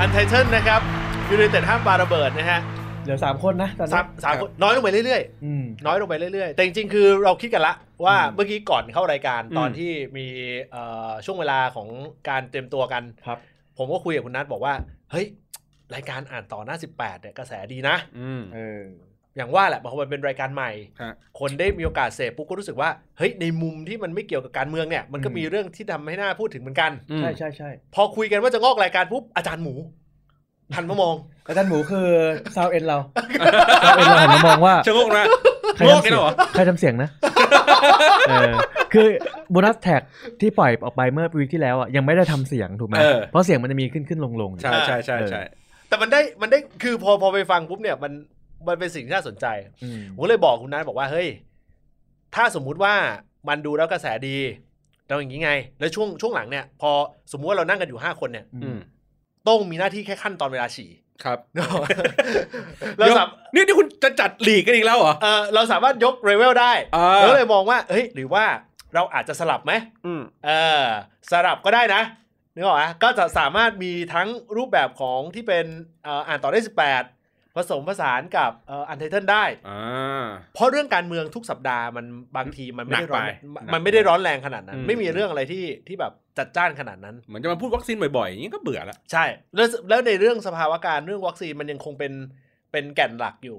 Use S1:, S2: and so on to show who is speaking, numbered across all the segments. S1: อันไทเทนนะครับยูไนเต็ดห้ามปาระเบิดนะฮะ
S2: เหลือสามคนนะตอน
S1: สา
S2: นี้
S1: มสามคนน้อยลงไปเรื่อย
S2: อืม
S1: ๆ น้อยลงไปเรื่อยๆ แต่จริงๆ คือเราคิดกันละว่า
S2: อืม
S1: เมื่อกี้ก่อนเข้ารายการ
S3: อืม
S1: ตอนที่มีเอ่อช่วงเวลาของการเตรียมตัวกัน
S2: ครับ
S1: ผมก็คุยกับคุณนัทบอกว่า เฮ้ย รายการอ่านต่อหน้า 18เนี่ยกระแสดีนะ
S3: อืม
S2: เออ
S1: อย่างว่าแหละพอมันเป็นรายการใหม่
S3: ฮะ
S1: คนได้มีโอกาสเสพปุ๊บก็รู้สึกว่าเฮ้ยในมุมที่มันไม่เกี่ยวกับการเมืองเนี่ยมันก็
S2: อืม
S1: มีเรื่องที่ทำให้น่าพูดถึงเหมือนกัน
S2: ใช่ใช่ใช่
S1: พอคุยกันว่าจะงอกรายการปุ๊บอาจารย์หมูหันมามอง
S2: อาจารย์หมูคือซาวเอ็ นเราซาวเอ็นเราหันมามองว่า
S3: ชะโงกนะ
S2: ใครทำเสียง
S3: โลกนี่เหรอ
S2: ใครทำเสียง นะ เออคือโบนัสแท็กที่ปล่อยออกไปเมื่อวีคที่แล้วอ่ะยังไม่ได้ทำเสียงถูกไหม
S3: เออ
S2: เพราะเสียงมันจะมีขึ้นขึ้นลงลง
S3: ใช่ใช่ใช่ใช่
S1: แต่มันได้มันได้คือพอพอไปฟังปุ๊บเนี่ยมันมันเป็นสิ่งที่น่าสนใจผมเลยบอกคุณนัทบอกว่าเฮ้ยถ้าสมมุติว่ามันดูแล้วกระแสดีเราอย่างนี้ไง แล้วช่วงช่วงหลังเนี่ย พอสมมุติว่าเรานั่งกันอยู่ห้าคนเนี่ย
S3: อืม
S1: โต้องมีหน้าที่แค่ขั้นตอนเวลาฉี่
S3: ครับ
S1: เรา
S3: ดี๋ยว
S1: สาม
S3: นี่นี่คุณจะจัดหลีกกันอีกแล้วเหรอ
S1: เออเราสามารถยกเรเวลได้
S3: อ่า
S1: เราเลยมองว่าเฮ้ยหรือว่าเราอาจจะสลับไหม
S3: อืม
S1: เออสลับก็ได้นะนึกออกอะก็จะสามารถมีทั้งรูปแบบของที่เป็นเอ่ออ่านต่อได้ 18 ผสมผสานกับเอ่ออันไทเทนได้
S3: อ่า
S1: เพราะเรื่องการเมืองทุกสัปดาห์มันบางทีมันไม่ได้ร้อน
S3: หนักไป
S1: มันมันไม่ได้ร้อนแรงขนาดนั้น
S3: อืม
S1: ไม่มีเรื่องอะไรที่ที่แบบจัดจ้านขนาดนั้น
S3: เหมือนจะมาพูดวัคซีนบ่อยๆอย่างนี้ก็เบื่อละ
S1: ใช่ แล้วแล้วในเรื่องสภาวะการเรื่องวัคซีนมันยังคงเป็นเป็นแก่นหลักอยู่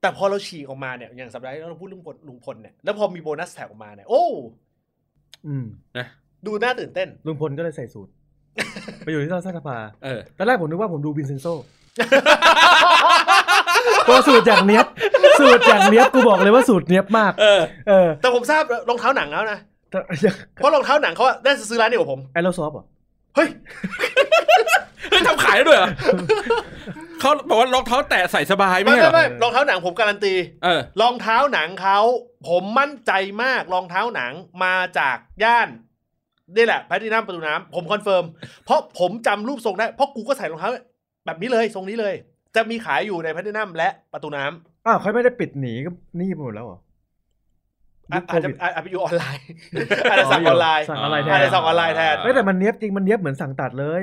S1: แต่พอเราฉีกออกมาเนี่ยอย่างสัปดาห์ที่แล้วเราพูดเรื่องพลลุงพลเนี่ยแล้วพอมีโบนัสแท็กออกมาเนี่ยโอ้ดูน่าตื่นเต้น
S2: ลุงพลก็เลยใส่สูตร ไปอยู่ที่รัฐสภา
S3: เออ
S2: ตอนแรกผมนึกว่าผมดูวินเซนโซก็สูตรอย่างเนี้ยบสูตรอย่างเนี้ยบกูบอกเลยว่าสูตรเนี้ยบมาก
S3: เออ
S2: เออ
S1: แต่ผมทราบรองเท้าหนังแล้วนะ
S2: แต่
S1: เพราะรองเท้าหนังเขาอะได้ซื้อร้านเดียวกับผม
S2: ไอโรซอฟเหรอ่ะ
S1: เฮ้ย
S3: เฮ้ยทำขายแล้วด้วยเหรอ เขาบอกว่ารองเท้าแตะใส่สบายไม่
S1: ไม่
S3: ใช่เหร
S1: ไม่
S3: อ
S1: ไม่รองเท้าหนังผมการันตี
S3: เออ
S1: รองเท้าหนังเขาผมมั่นใจมากรองเท้าหนังมาจากย่านนี่แหละแพทินัมประตูน้ำผมคอนเฟิร์ม เพราะผมจำรูปทรงได้ เพราะกูก็ใส่รองเท้าแบบนี้เลยทรงนี้เลย จะมีขายอยู่ในแพทินัมและประตูน้ำ
S2: อ้าวเขาไม่ได้ปิดหนีก็หนี่ไปหมดแล้วเหรอ
S1: อ่ะอาจจะ
S2: ยุค
S1: อาจจะไปอยู่
S2: โควิด
S1: ออนไลน์ อาจจะสั่งออนไลน์
S2: สั่งออนไลน์แท
S1: อาจ
S2: น
S1: จะสั่งออนไลน์แทน
S2: เฮ้ยแต่มันเนี้ยบจริงมันเนี้ยบเหมือนสั่งตัดเลย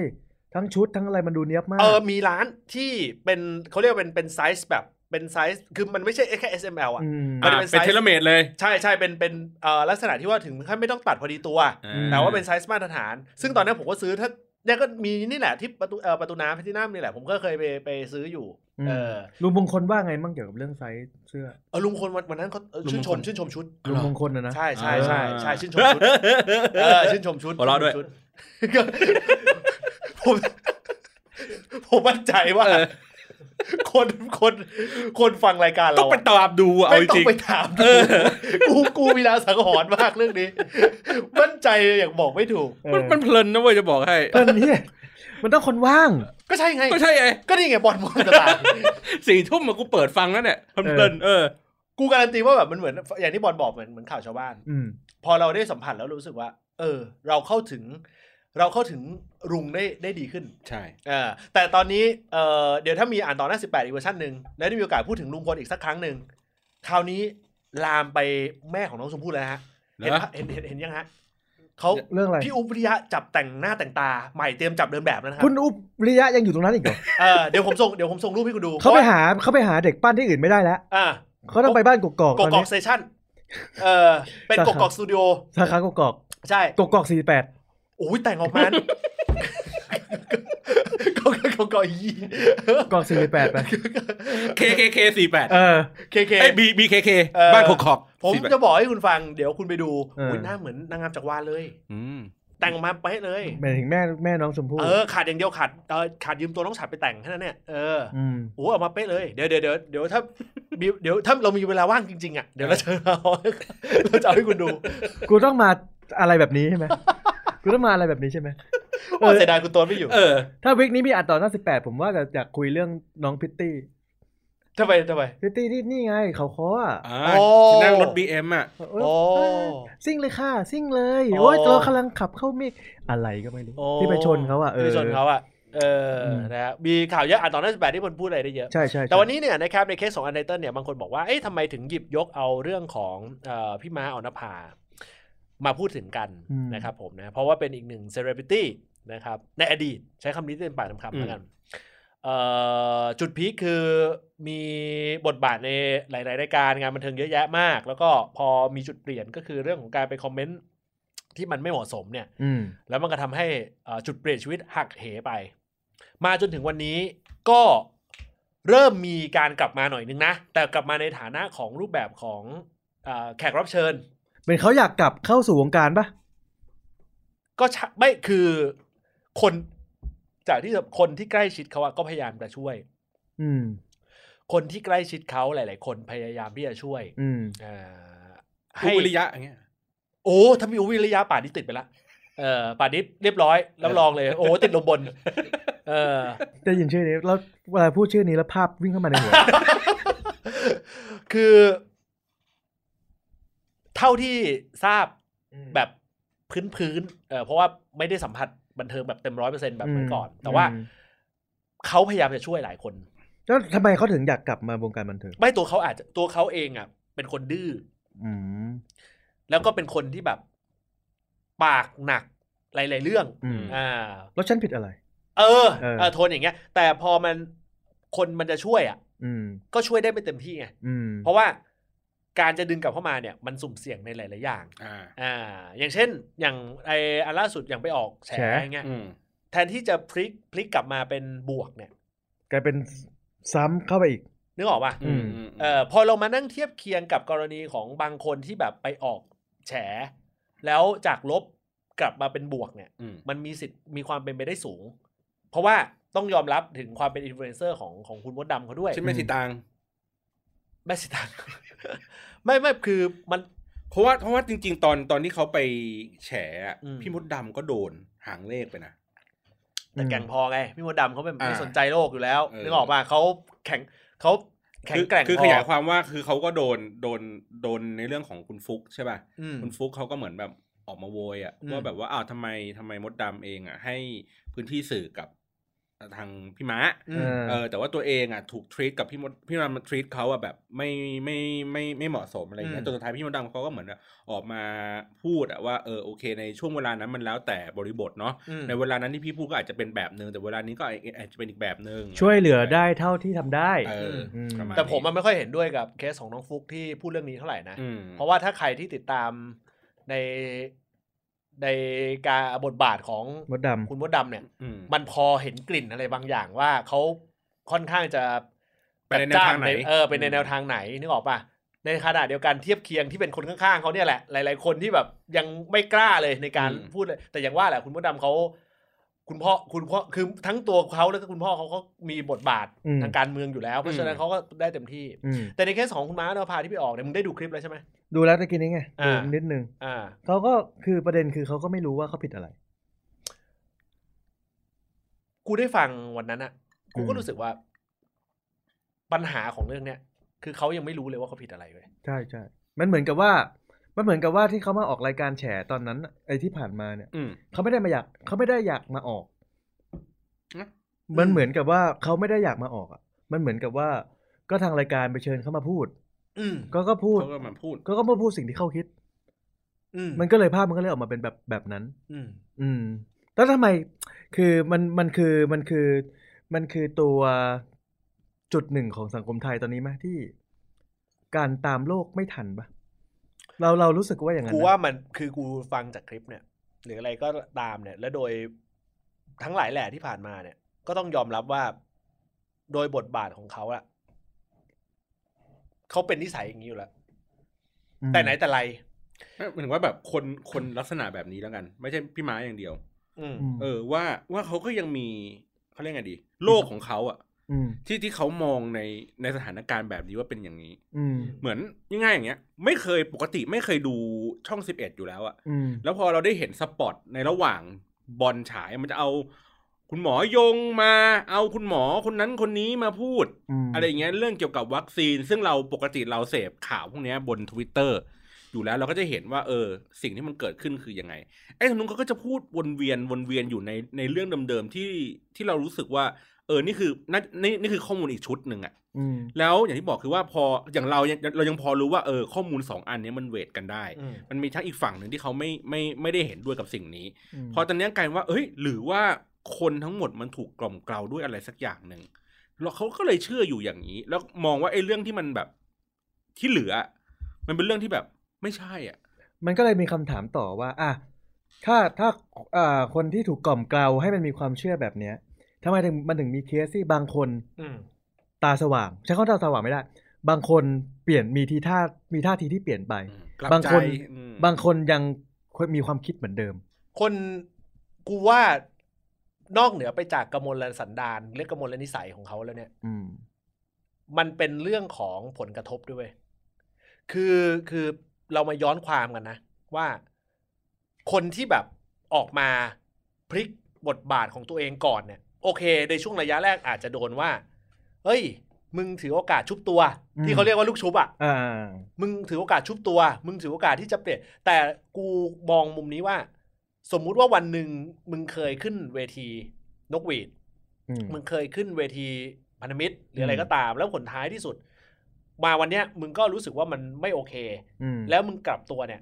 S2: ทั้งชุดทั้งอะไรมันดูเนี้ยบมาก
S1: เออมีร้านที่เป็นเขาเรียกว่าเป็นเป็นไซส์แบบเป็นไซส์คือมันไม่ใช่แค่ S M L อ่ะ
S2: ม
S1: มัน
S3: อ่า
S1: จะเป็นไซ
S3: เป็น
S1: ส์
S3: เทเลเมดเลย
S1: ใช่ใช่เป็นเป็นเอ่อลักษณะที่ว่าถึงขั้นไม่ต้องตัดพอดีตัว
S2: อืม
S1: แต่ว่าเป็นไซส์มาตรฐาน ซึ่งตอนนั้นผมก็ซื้อถ้าเนี่ยก็มีนี่แหละที่ประตูเอ่อประตูน้ำพิธีน้ำนี่แหละ ผมก็เคยไปไปซื้ออยู่
S2: อืม
S1: เออ
S2: ลุงมงคลว่าไงมั่งเกี่ยวกับเรื่องไซส์เสื้อ
S1: เออลุงคนวันวันนั้นเขาเออชื่นชม
S3: ลุงมงคล
S1: ชื่นชมชุด
S2: ลุงมงคลนะนะ
S1: ใช่ใช่ใช่ใช่ชื่นชม ชุดเอ
S3: เอ
S1: อ
S3: อ
S1: ชื่นชมชุด
S3: หัวเราะด้วย
S1: ชื่นชมชุดผมผมมั่นใจว่า
S3: เออ
S1: คนคนคนฟังรายการเรา
S3: ต้องไป
S1: อะ
S3: ตามดูอะเอา
S1: ไม่
S3: จ
S1: ต้อ
S3: ริ
S1: ง
S3: ง
S1: ไปถาม
S3: เออ
S1: กูกูมีลางสังหรณ์มากเรื่องนี้ มั่นใจอย่างบอกไม่ถูก
S2: เออ
S3: มันมันเพลินนะเว้ยจะบอกให้
S2: เออเนี่ยมันต้องคนว่าง
S1: ก็ใช่ไง
S3: ก็ใช่ไง
S1: ก็นี่ไงบอลมอนต่าง
S3: สี่ทุ่มมากูเปิดฟังแล้วเนี่ยเพลินๆเออ
S1: ๆกูการันตีว่าแบบมันเหมือน อย่างที่บอลบอกเหมือนเหมือนข่าวชาวบ้าน
S2: อืม
S1: พอเราได้สัมผัสแล้วรู้สึกว่า เออ เราเข้าถึง เราเข้าถึงรุงได้ได้ดีขึ้น
S3: ใช่
S1: เออแต่ตอนนี้เออเดี๋ยวถ้ามีอ่านต่อหน้า 18 อีกเวอร์ชันหนึ่งแล้วได้มีโอกาสพูดถึงลุงพลอีกสักครั้งหนึ่งคราวนี้ลามไปแม่ของน้องชมพู่แล้วฮะ
S3: เหร
S1: เห็น
S3: อ
S1: เห็นเห็นเห็นยังฮะเขา
S2: เรื่องอะไร
S1: พี่อุ๊บวิริยะจับแต่งหน้าแต่งตาใหม่เตรียมจับเดินแบบแล้วนะครั
S2: คุ
S1: บ
S2: ณอุบริยะยังอยู่ตรงนั้นอีกเหรอ
S1: เออเดี๋ยวผมส่งเดี๋ยวผมส่งรูปให้คุณดู
S2: เขาไปหาเขาไปหาเด็กปั้นที่อื่นไม่ได้แล้ว
S1: อ่า
S2: เขาต้องไปบ้านกกอก
S1: ก
S2: ตอน
S1: กอ
S2: นี้
S1: กเซชั่น เออ เป็น
S2: สาขาก ก
S1: กอกสตูดิโอ
S2: สาขากกอก
S1: ใช่
S2: กกอกสี่แปด
S1: โอ้ยแต่งออกมา กกกกกอกยี
S2: กอกสี่แปดไป
S3: KKK สี่แปด
S2: เออ
S1: เคเค
S3: ไอ้ BBKK
S1: เออ
S3: บ้านโคกอก
S1: ผม
S3: 48
S1: จะบอกให้คุณฟัง เดี๋ยวคุณไปดู
S2: เอออุ๊
S1: ยหน้าเหมือนนางงามจักรวาลเลย
S3: อืม
S1: แต่งออกมาเป๊ะเลย
S2: หมายถึงแม่แม่น้องชมพู่
S1: เออ ขาดอย่างเดียวขาดเออขาดยืมตัวน้องฉัดไปแต่งแค่นั้นเนี่ยเออ
S2: อืม
S1: โอ้ออกมาเป๊ะเลย เดี๋ยวเดี๋ยวเดี๋ยวเดี๋ยวถ้ามีเดี๋ยวถ้าเรามีเวลาว่างจริงๆอ่ะเดี๋ยวเราจะเอาเราจะเอาให้คุณดู
S2: กูต้องมาอะไรแบบนี้ใช่ไหมกูต้องมาอะไรแบบนี้ใช่ไหม
S1: โอ้เสียดายคุณตัวไม่อยู่
S3: เออ
S2: ถ้าวิกนี้มีอัดต่อหน้าสิบแปดผมว่าจะอยากคุยเรื่องน้องพิตตี้
S1: ทำไมทำไม
S2: พิตตี้ที่นี่ไงเขาคออ่ะ
S3: อ่า
S1: โอ้
S3: ที่นั่งรถ BM อ่ะ
S2: เออ
S1: โอ้
S2: ซิ่งเลยค่ะ ซิ่งเลย
S1: อ๋อ
S2: โอ้ยเรากำลังขับเข้าเมฆอะไรก็ไม่รู้
S1: โอ้
S2: ที่ไปชนเขาอ่ะเอ
S1: ที่
S2: อ
S1: ไปชนเขาอ่ะเอออ
S2: ม
S1: นะฮะมีข่าวเยอะอ่านตอนนั้นแปดที่มันพูดอะไรได้เยอะ
S2: ใช่ใช่ใช่
S1: แต่วันนี้เนี่ยนะครับในเคสของอันไนเติลเนี่ยบางคนบอกว่าเอ๊ะทำไมถึงหยิบยกเอาเรื่องของเอ่อพี่ม้าออนภามาพูดถึงกันนะครับผมนะเพราะว่าเป็นอีกหนึ่งเซเลบริตี้ นะครับ ในอดีตใช้คำนี้เป็นปากคำคำ
S3: อืม
S1: แล้วกันเอ่อจุดพีคคือมีบทบาทในหลาย ๆ รายการงานบันเทิงเยอะแยะมาก แล้วก็พอมีจุดเปลี่ยนก็คือเรื่องของการไปคอมเมนต์ที่มันไม่เหมาะสมเนี่ย
S2: อืม
S1: แล้วมันก็ทำให้เอ่อจุดเปลี่ยนชีวิตหักเหไป มาจนถึงวันนี้ก็เริ่มมีการกลับมาหน่อยนึงนะ แต่กลับมาในฐานะของรูปแบบของเอ่อแขกรับเชิญ
S2: เป็นเขาอยากกลับเข้าสู่วงการปะ
S1: ก็ชะไม่คือคนจากที่คนที่ใกล้ชิดเขาอะก็พยายามจะช่วย
S2: อืม
S1: คนที่ใกล้ชิดเขาหลาย ๆ คนพยายามที่จะช่วย
S2: อืม
S1: อ่า
S3: คุ
S1: ให้
S3: ณวิริยะอย่างเงี้ย
S1: โอ้ถ้ามีอุวิริยะป่านนี้ติดไปละเออป่านนี้เรียบร้อยรับรองเลย โอ้ติดลมบน เออ
S2: ได้ยินชื่อนี้แล้วเวลาพูดชื่อนี้แล้วภาพวิ่งเข้ามาใน หัว
S1: คือ เท่าที่ทราบแบบพื้นพื้นๆเออเพราะว่าไม่ได้สัมผัสบันเทิงแบบเต็มร้อยเปอร์เซ็นแบบเมื่อก่อน
S2: อืม
S1: แต่ว่า
S2: อืม
S1: เขาพยายามจะช่วยหลายคน
S2: แล้วทำไมเขาถึงอยากกลับมาวงการบันเทิง
S1: ไม่ตัวเขาอาจจะตัวเขาเองอ่ะ เป็นคนดื้อ
S2: อืม
S1: แล้วก็เป็นคนที่แบบ ปากหนักหลาย ๆ เรื่อง
S2: อืม
S1: อ่า
S2: แล้วฉันผิดอะไร
S1: เออ
S2: เออ
S1: เออโทนอย่างเงี้ย แต่พอมันคนมันจะช่วยอ่ะ
S2: อืม
S1: ก็ช่วยได้ไม่เต็มที่ไง
S2: อืม
S1: เพราะว่าการจะดึงกลับเข้ามาเนี่ยมันสุ่มเสี่ยงในหลาย ๆ อย่าง
S3: อ่า
S1: อ่า อย่างเช่น อย่างไออันล่าสุดอย่างไปออกแฉ
S2: แฉ
S1: อย่างเงี้ย
S3: อืม
S1: แทนที่จะพลิกพลิกกลับมาเป็นบวกเนี่ย
S2: กลายเป็นซ้ำเข้าไปอีก
S1: นึกออกป่ะ
S2: อืม
S1: เออพอเรามานั่งเทียบเคียงกับกรณีของบางคนที่แบบไปออกแฉ แล้วจากลบกลับมาเป็นบวกเนี่ย
S3: อืม
S1: มันมีสิทธิ์มีความเป็นไปได้สูง เพราะว่าต้องยอมรับถึงความเป็นอินฟลูเอนเซอร์ของของคุณมดดำเขาด้วย
S3: ใช่ไหมสีตาง
S1: แม่สิตัง ไม่ไม่คือมัน
S3: เพราะว่าเพราะว่าจริง ๆ ตอนตอนที่เขาไปแฉอะ
S1: อืม
S3: พี่มดดำก็โดนหางเลขไปนะ
S1: แต่แกร่งพอไงพี่มดดำเขาเป็น
S3: อ่า
S1: ไม่สนใจโลกอยู่แล้ว
S3: เออ
S1: นึกออกป่ะเขาแข็งเขาแข็ง
S3: คือ
S1: แกร่ง
S3: คือ
S1: พอย
S3: ขายความว่าคือเขาก็โดนโดนโดนในเรื่องของคุณฟุกใช่ป่ะ
S1: อืม
S3: คุณฟุกเขาก็เหมือนแบบออกมาโวยอะ
S1: อืม
S3: ว่าแบบว่าอ้าวทำไมทำไมมดดำเองอะให้พื้นที่สื่อกับทางพี่ม้า
S1: อืม
S3: เออแต่ว่าตัวเองอ่ะถูกทรีตกับพี่มดพี่มดดำมาทรีตเขาอ่ะแบบไม่ไม่ไม่ไม่เหมาะสมอะไร
S1: อื
S3: เงี้
S1: ม
S3: ยจนสุดท้ายพี่มดดำเขาก็เหมือนแบบออกมาพูดอ่ะว่าเออโอเคในช่วงเวลานั้นมันแล้วแต่บริบทเนาะ
S1: อืม
S3: ในเวลานั้นที่พี่พูดก็อาจจะเป็นแบบนึงแต่เวลานี้ก็อาจจะเป็นอีกแบบนึง
S2: ช่วยเหลือได้เท่าที่ทำได้
S3: เอออ
S2: ม
S3: ประาณนี้
S1: แต่ผมมันไม่ค่อยเห็นด้วยกับเคสของน้องฟุกที่พูดเรื่องนี้เท่าไหร่นะ
S3: อืม
S1: เพราะว่าถ้าใครที่ติดตามในในการบทบาทของ
S2: มดดำ
S1: คุณมดดำเนี่ย
S3: อืม
S1: มันพอเห็นกลิ่นอะไรบางอย่างว่าเขาค่อนข้างจะ
S3: ไปในแนวทางไหน
S1: จัดจ้เออไปในแนวทางไหนนึกออกป่ะในขณะเดียวกันเทียบเคียงที่เป็นคนข้างๆเขาเนี่ยแหละ หลาย ๆ คนที่แบบยังไม่กล้าเลยในการ
S3: อืม
S1: พูดเลย แต่อย่างว่าแหละคุณมดดำเขาคุณพ่อคุณพ่อคือทั้งตัวเขาแล้วก็คุณพ่อเขาก็มีบทบาท
S2: อืม
S1: ทางการเมืองอยู่แล้ว เพราะฉะนั้นเขาก็ได้เต็มที่
S2: อืม
S1: แต่ในเคสของคุณม้าเนพาที่ไปออกเนี่ยมึงได้ดูคลิปแล้วใช่ไหม
S2: ดูแล้วตะกี้นี้ไง
S1: อ่า
S2: ดูนิดนึง
S1: อ่า
S2: เขาก็คือประเด็นคือเขาก็ไม่รู้ว่าเขาผิดอะไร
S1: กูได้ฟังวันนั้นอะกูก็
S2: อืม
S1: รู้สึกว่า ปัญหาของเรื่องเนี้ยคือเขายังไม่รู้เลยว่าเขาผิดอะไรเลย
S2: ใช่ใช่มันเหมือนกับว่า มันเหมือนกับว่าที่เขามาออกรายการแฉตอนนั้นน่ะไอ้ที่ผ่านมาเนี่ย
S3: อืม
S2: เขาไม่ได้มาอยากเขาไม่ได้อยากมาออก
S3: อืม
S2: มันเหมือนกับว่าเขาไม่ได้อยากมาออกอ่ะ มันเหมือนกับว่าก็ทางรายการไปเชิญเขามาพูด
S1: อืม
S2: ก็ก็พูด
S3: เขาก็มาพูด
S2: ก็ก็มาพูดสิ่งที่เขาคิด
S1: อืม
S2: มันก็เลยภาพมันก็เลยออกมาเป็นแบบแบบนั้น
S1: อืม
S2: อืม แล้วทำไม คือมันมันคือมันคือ มันคือตัวจุดหนึ่งของสังคมไทยตอนนี้ไหมที่ การตามโลกไม่ทันปะเราเรารู้สึกว่าอย่างนั้น
S1: กู
S2: นะ
S1: ว่ามันคือกูฟังจากคลิปเนี่ย หรืออะไรก็ตามเนี่ย แล้วโดยทั้งหลายแหล่ที่ผ่านมาเนี่ย ก็ต้องยอมรับว่า โดยบทบาทของเขาอะเขาเป็นนิสัยอย่างนี้อยู่แล้ว
S2: อืม
S1: แต่ไหนแต่ไร
S3: ไม่หมายถึงว่าแบบคนคนลักษณะแบบนี้แล้วกัน ไม่ใช่พี่ม้าอย่างเดียว
S1: อืม
S2: อืม
S3: เออว่าว่าเขาก็ยังมีเขาเรียกไงดี โลกของเขาอ่ะ
S2: อืม
S3: ที่ที่เขามองในในสถานการณ์แบบนี้ว่าเป็นอย่างนี้
S2: อืม
S3: เหมือนง่ายๆอย่างเงี้ย ไม่เคยปกติไม่เคยดูช่อง 11 อยู่แล้วอะ
S2: อืม
S3: แล้วพอเราได้เห็นสปอตในระหว่างบอลฉายมันจะเอา คุณหมอยงมา เอาคุณหมอคนนั้นคนนี้มาพูด
S2: ม
S3: อะไรอย่างเงี้ยเรื่องเกี่ยวกับวัคซีน ซึ่งเราปกติเราเสพข่าวพวกเนี้ยบน Twitter อยู่แล้วเราก็จะเห็นว่าเออ สิ่งที่มันเกิดขึ้นคือยังไงไอ้ทางนู้นเขาก็จะพูดวนเวียนวนเวียนอยู่ในในเรื่องเดิมๆที่ที่เรารู้สึกว่า เออนี่คือนั่นนี่นี่คือข้อมูลอีกชุดหนึ่งอะ
S2: อืม
S3: แล้วอย่างที่บอกคือว่าพออย่างเรายังเรายังพอรู้ว่าเออข้อมูลสองอันเนี้ยมันเวทกันได้
S1: อืม
S3: มันมีทั้งอีกฝั่งหนึ่งที่เขาไม่ไม่ไม่ได้เห็นด้วยกับสิ่งนี้
S2: ม
S3: พอตอนเนี้ยกลายเป็นว่า เอ้ย หรือว่าคนทั้งหมดมันถูกกล่อมเกลาด้วยอะไรสักอย่างหนึ่งแล้วเขาก็เลยเชื่ออยู่อย่างนี้ แล้วมองว่าไอ้เรื่องที่มันแบบ ที่เหลือ มันเป็นเรื่องที่แบบไม่ใช่อ่ะ
S2: มันก็เลยมีคำถามต่อว่า อ่ะถ้าถ้าอ่าคนที่ถูกกล่อมเกลาให้มันมีความเชื่อแบบเนี้ยทำไมถึงมันถึงมีเคสที่บางคน
S1: อืม
S2: ตาสว่าง ใช้คำว่าตาสว่างไม่ได้ บางคนเปลี่ยนมีทีท่ามีท่าทีที่เปลี่ยนไป
S3: อืมกลั
S2: บาง
S3: ใจ
S2: คน
S3: อืม
S2: บางคนยังมีความคิดเหมือนเดิม
S1: คนกูว่านอกเหนือไปจากกมลสันดานเรียกกมลนิสัยของเขาแล้วเนี่ย
S2: อืม
S1: มันเป็นเรื่องของผลกระทบด้วยเวยคือคือเรามาย้อนความกันนะ ว่าคนที่แบบออกมาพลิกบทบาทของตัวเองก่อนเนี่ย โอเค ในช่วงระยะแรกอาจจะโดนว่า เฮ้ย มึงถือโอกาสชุบตัว
S2: อืม
S1: ที่เขาเรียกว่าลูกชุบอ่ะ
S2: อ่า
S1: มึงถือโอกาสชุบตัว มึงถือโอกาสที่จะเปลี่ยน แต่กูมองมุมนี้ว่า สมมุติว่าวันหนึ่งมึงเคยขึ้นเวทีนกหวีด
S2: อืม
S1: มึงเคยขึ้นเวทีพันธมิตรหรืออะไร
S2: อืม
S1: ก็ตาม แล้วผลท้ายที่สุด มาวันเนี้ยมึงก็รู้สึกว่ามันไม่โอเค
S2: อืม
S1: แล้วมึงกลับตัวเนี่ย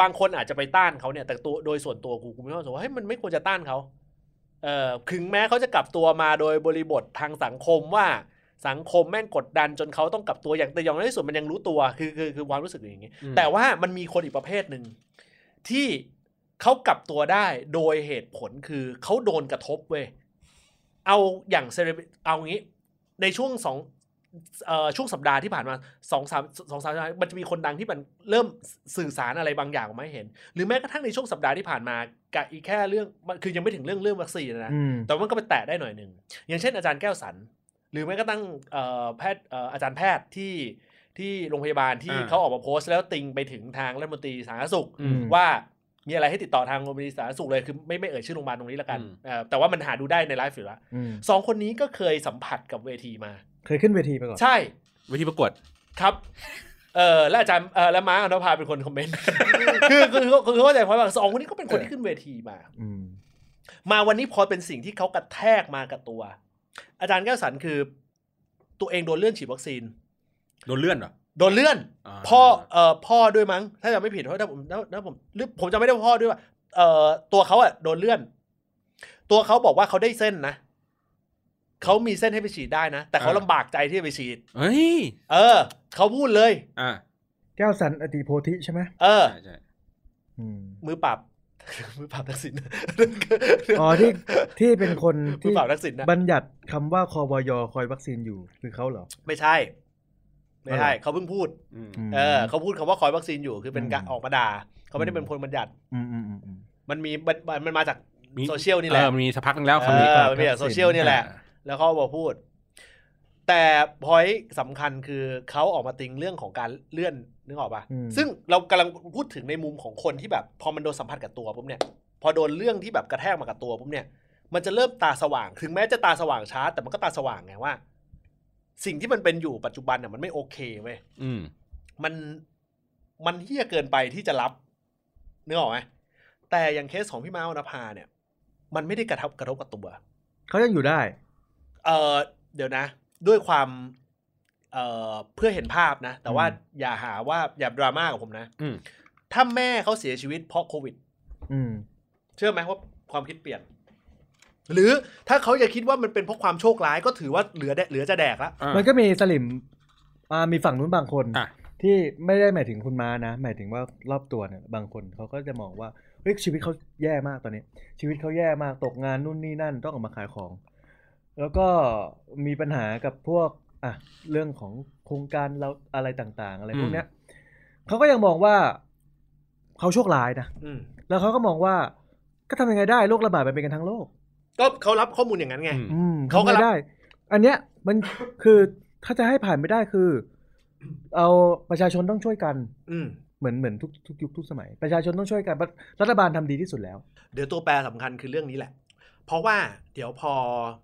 S1: บางคนอาจจะไปต้านเขาเนี่ย แต่ตัวโดยส่วนตัวกูกูไม่รู้สึกว่าเฮ้ยมันไม่ควรจะต้านเขาเอ่อถึงแม้เขาจะกลับตัวมาโดยบริบททางสังคมว่าสังคมแม่งกดดันจนเขาต้องกลับตัวอย่างแต่อย่างน้อยที่สุดมันยังรู้ตัวคือคือคือความรู้สึกอย่างนี้
S3: อืม
S1: แต่ว่ามันมีคนอีกประเภทหนึ่งที่เขากลับตัวได้โดยเหตุผลคือเขาโดนกระทบเว้ยเอาอย่างเซเลบเอางี้ ในช่วงสองเอ่อช่วงสัปดาห์ที่ผ่านมาสองสามสองสามสัปดาห์มันจะมีคนดังที่มันเริ่มสื่อสารอะไรบางอย่างออกมาให้เห็น หรือแม้กระทั่งในช่วงสัปดาห์ที่ผ่านมากับอีกแค่เรื่องมันคือยังไม่ถึงเรื่องเรื่องวัคซีนนะ
S2: อืม
S1: แต่ว่ามันก็ไปแตะได้หน่อยหนึ่ง อย่างเช่นอาจารย์แก้วสัน หรือแม้กระทั่งเอ่อแพทย์เอ่ออาจารย์แพทย์ที่ที่โรงพยาบาลที่
S3: อ่า
S1: เขาออกมาโพสต์แล้วติงไปถึงทางรัฐมนตรีสาธารณสุข
S3: อืม
S1: ว่ามีอะไรให้ติดต่อทางโรงพยาบาลสาธารณสุขเลยคือไม่ไม่เอ่ยชื่อโรงพยาบาลตรงนี้ละกัน
S3: อืม
S1: เอ่อแต่ว่ามันหาดูได้ในไลฟ์อยู่แล้ว
S2: อืม
S1: สองคนนี้ก็เคยสัมผัสกับเวทีมา
S2: เคยขึ้นเวทีไปก่อน
S1: ใช่
S3: เวิธีประกวด
S1: ครับเออและอาจารย์เออและม้าอนุภาเป็นคนคอมเมนต์ คือคือคือคือเข้าใจเพราะว่าสองคนนี้ก็เป็นคนที่ขึ้นเวทีมา
S2: อืม
S1: มาวันนี้พอเป็นสิ่งที่เขากระแทกมากับตัว อาจารย์แก้วสันคือ ตัวเองโดนเลื่อนฉีดวัคซีน
S3: โดนเลื่อนเหรอ
S1: โดนเลื่อน
S3: า
S1: พ่อเอ่อพ่อด้วยมั้ง ถ้าจำไม่ผิดเพราะถ้าผมถ้าถ้าผมหรือผมจะไม่ได้ว่าพ่อด้วยว่าเอ่อตัวเขาอะโดนเลื่อน ตัวเขาบอกว่าเขาได้เส้นนะเขามีเส้นให้ไปฉีดได้นะ แต่เขาลำบากใจที่จะไปฉีด
S3: เฮ้ย
S1: เออเขาพูดเลย
S3: อ่า
S2: แก้วสันอติโพธิใช่ไหม
S1: เออ
S3: ใช่ใช่
S2: อืม
S1: มือปราบ มือปราบทักษิณ
S2: อ๋อที่ที่เป็นคน
S1: มือ
S2: ที่
S1: ปราบทักษิณนะ
S2: บัญญัติคำว่าคอวยคอยวัคซีนอยู่คือเขาเหรอ
S1: ไม่ใช่ ไม่ใช่เขาเพิ่งพูด
S3: อืม
S1: เออเขาพูดคำว่าคอยวัคซีนอยู่คือเป็นการ
S2: อืม
S1: ออกมาด่าเขาไม่ได้เป็นคนบัญญัติ
S2: อืมอืมอืมอืม
S1: มันมีมันมันมันมาจาก
S3: มี
S1: โซเชียลนี่แห
S3: เอ
S1: ละ
S3: อมีสักพักหนึงแล้ว
S1: เอ
S3: คำนี้
S1: อมันมีจากโซเชียลนี่แหละ
S3: อ่า
S1: แล้วเขาบอกพูด แต่พอยสำคัญคือเขาออกมาติงเรื่องของการเลื่อนนึกออกปะ
S2: อืม
S1: ซึ่งเรากำลังพูดถึงในมุมของคนที่แบบ พอมันโดนสัมผัสกับตัวปุ๊บเนี่ย พอโดนเรื่องที่แบบกระแทกมากับตัวปุ๊บเนี่ย มันจะเริ่มตาสว่าง ถึงแม้จะตาสว่างช้า แต่มันก็ตาสว่างไงว่า สิ่งที่มันเป็นอยู่ปัจจุบันเนี่ยมันไม่โอเคเว้ย
S3: อืม
S1: มันมันเฮี้ยเกินไปที่จะรับนึกออกไหมแต่อย่างเคสของพี่ม้าอนภาเนี่ย มันไม่ได้กระทบกระทบกับตัว
S2: เขายังอยู่ได้
S1: เออเดี๋ยวนะ ด้วยความเออเพื่อเห็นภาพนะ แต่ว่า
S2: อืม
S1: อย่าหาว่าอย่าดราม่ากับผมนะ
S3: อืม
S1: ถ้าแม่เขาเสียชีวิตเพราะโควิด
S2: อืม
S1: เชื่อไหมว่าความคิดเปลี่ยน หรือถ้าเขาจะคิดว่ามันเป็นเพราะความโชคร้ายก็ถือว่าเหลือแดเหลือจะแดกละ
S3: อ่า
S2: มันก็มีสลิมอ่ามีฝั่งนู้นบางคน
S3: อ่ะ
S2: ที่ไม่ได้หมายถึงคุณม้านะ หมายถึงว่ารอบตัวเนี่ยบางคนเขาก็จะมองว่าเฮ้ยชีวิตเขาแย่มากตอนนี้ ชีวิตเขาแย่มากตกงานนู่นนี่นั่นต้องออกมาขายของ แล้วก็มีปัญหากับพวกอ่ะเรื่องของโครงการเราอะไรต่างๆ อะไรพวกเนี้ยเขาก็ยังมองว่าเขาโชคร้ายนะ
S1: อืม
S2: แล้วเขาก็มองว่าก็ทำยังไงได้โรคระบาดมันเป็นกันทั้งโลก
S1: ก็เขารับข้อมูลอย่างนั้นไง
S3: อืม
S2: อืม
S1: เขา
S2: เขา
S1: ก็
S2: ก็
S1: รับ
S2: ได้ อันเนี้ยมันคือถ้าจะให้ผ่านไม่ได้คือ เอาประชาชนต้องช่วยกัน
S1: อืม
S2: เหมือนเหมือนทุกทุกยุคทุกสมัย ประชาชนต้องช่วยกันรัฐรัฐบาลทำดีที่สุดแล้ว
S1: เดี๋ยวตัวแปรสำคัญคือเรื่องนี้แหละ เพราะว่าเดี๋ยวพอ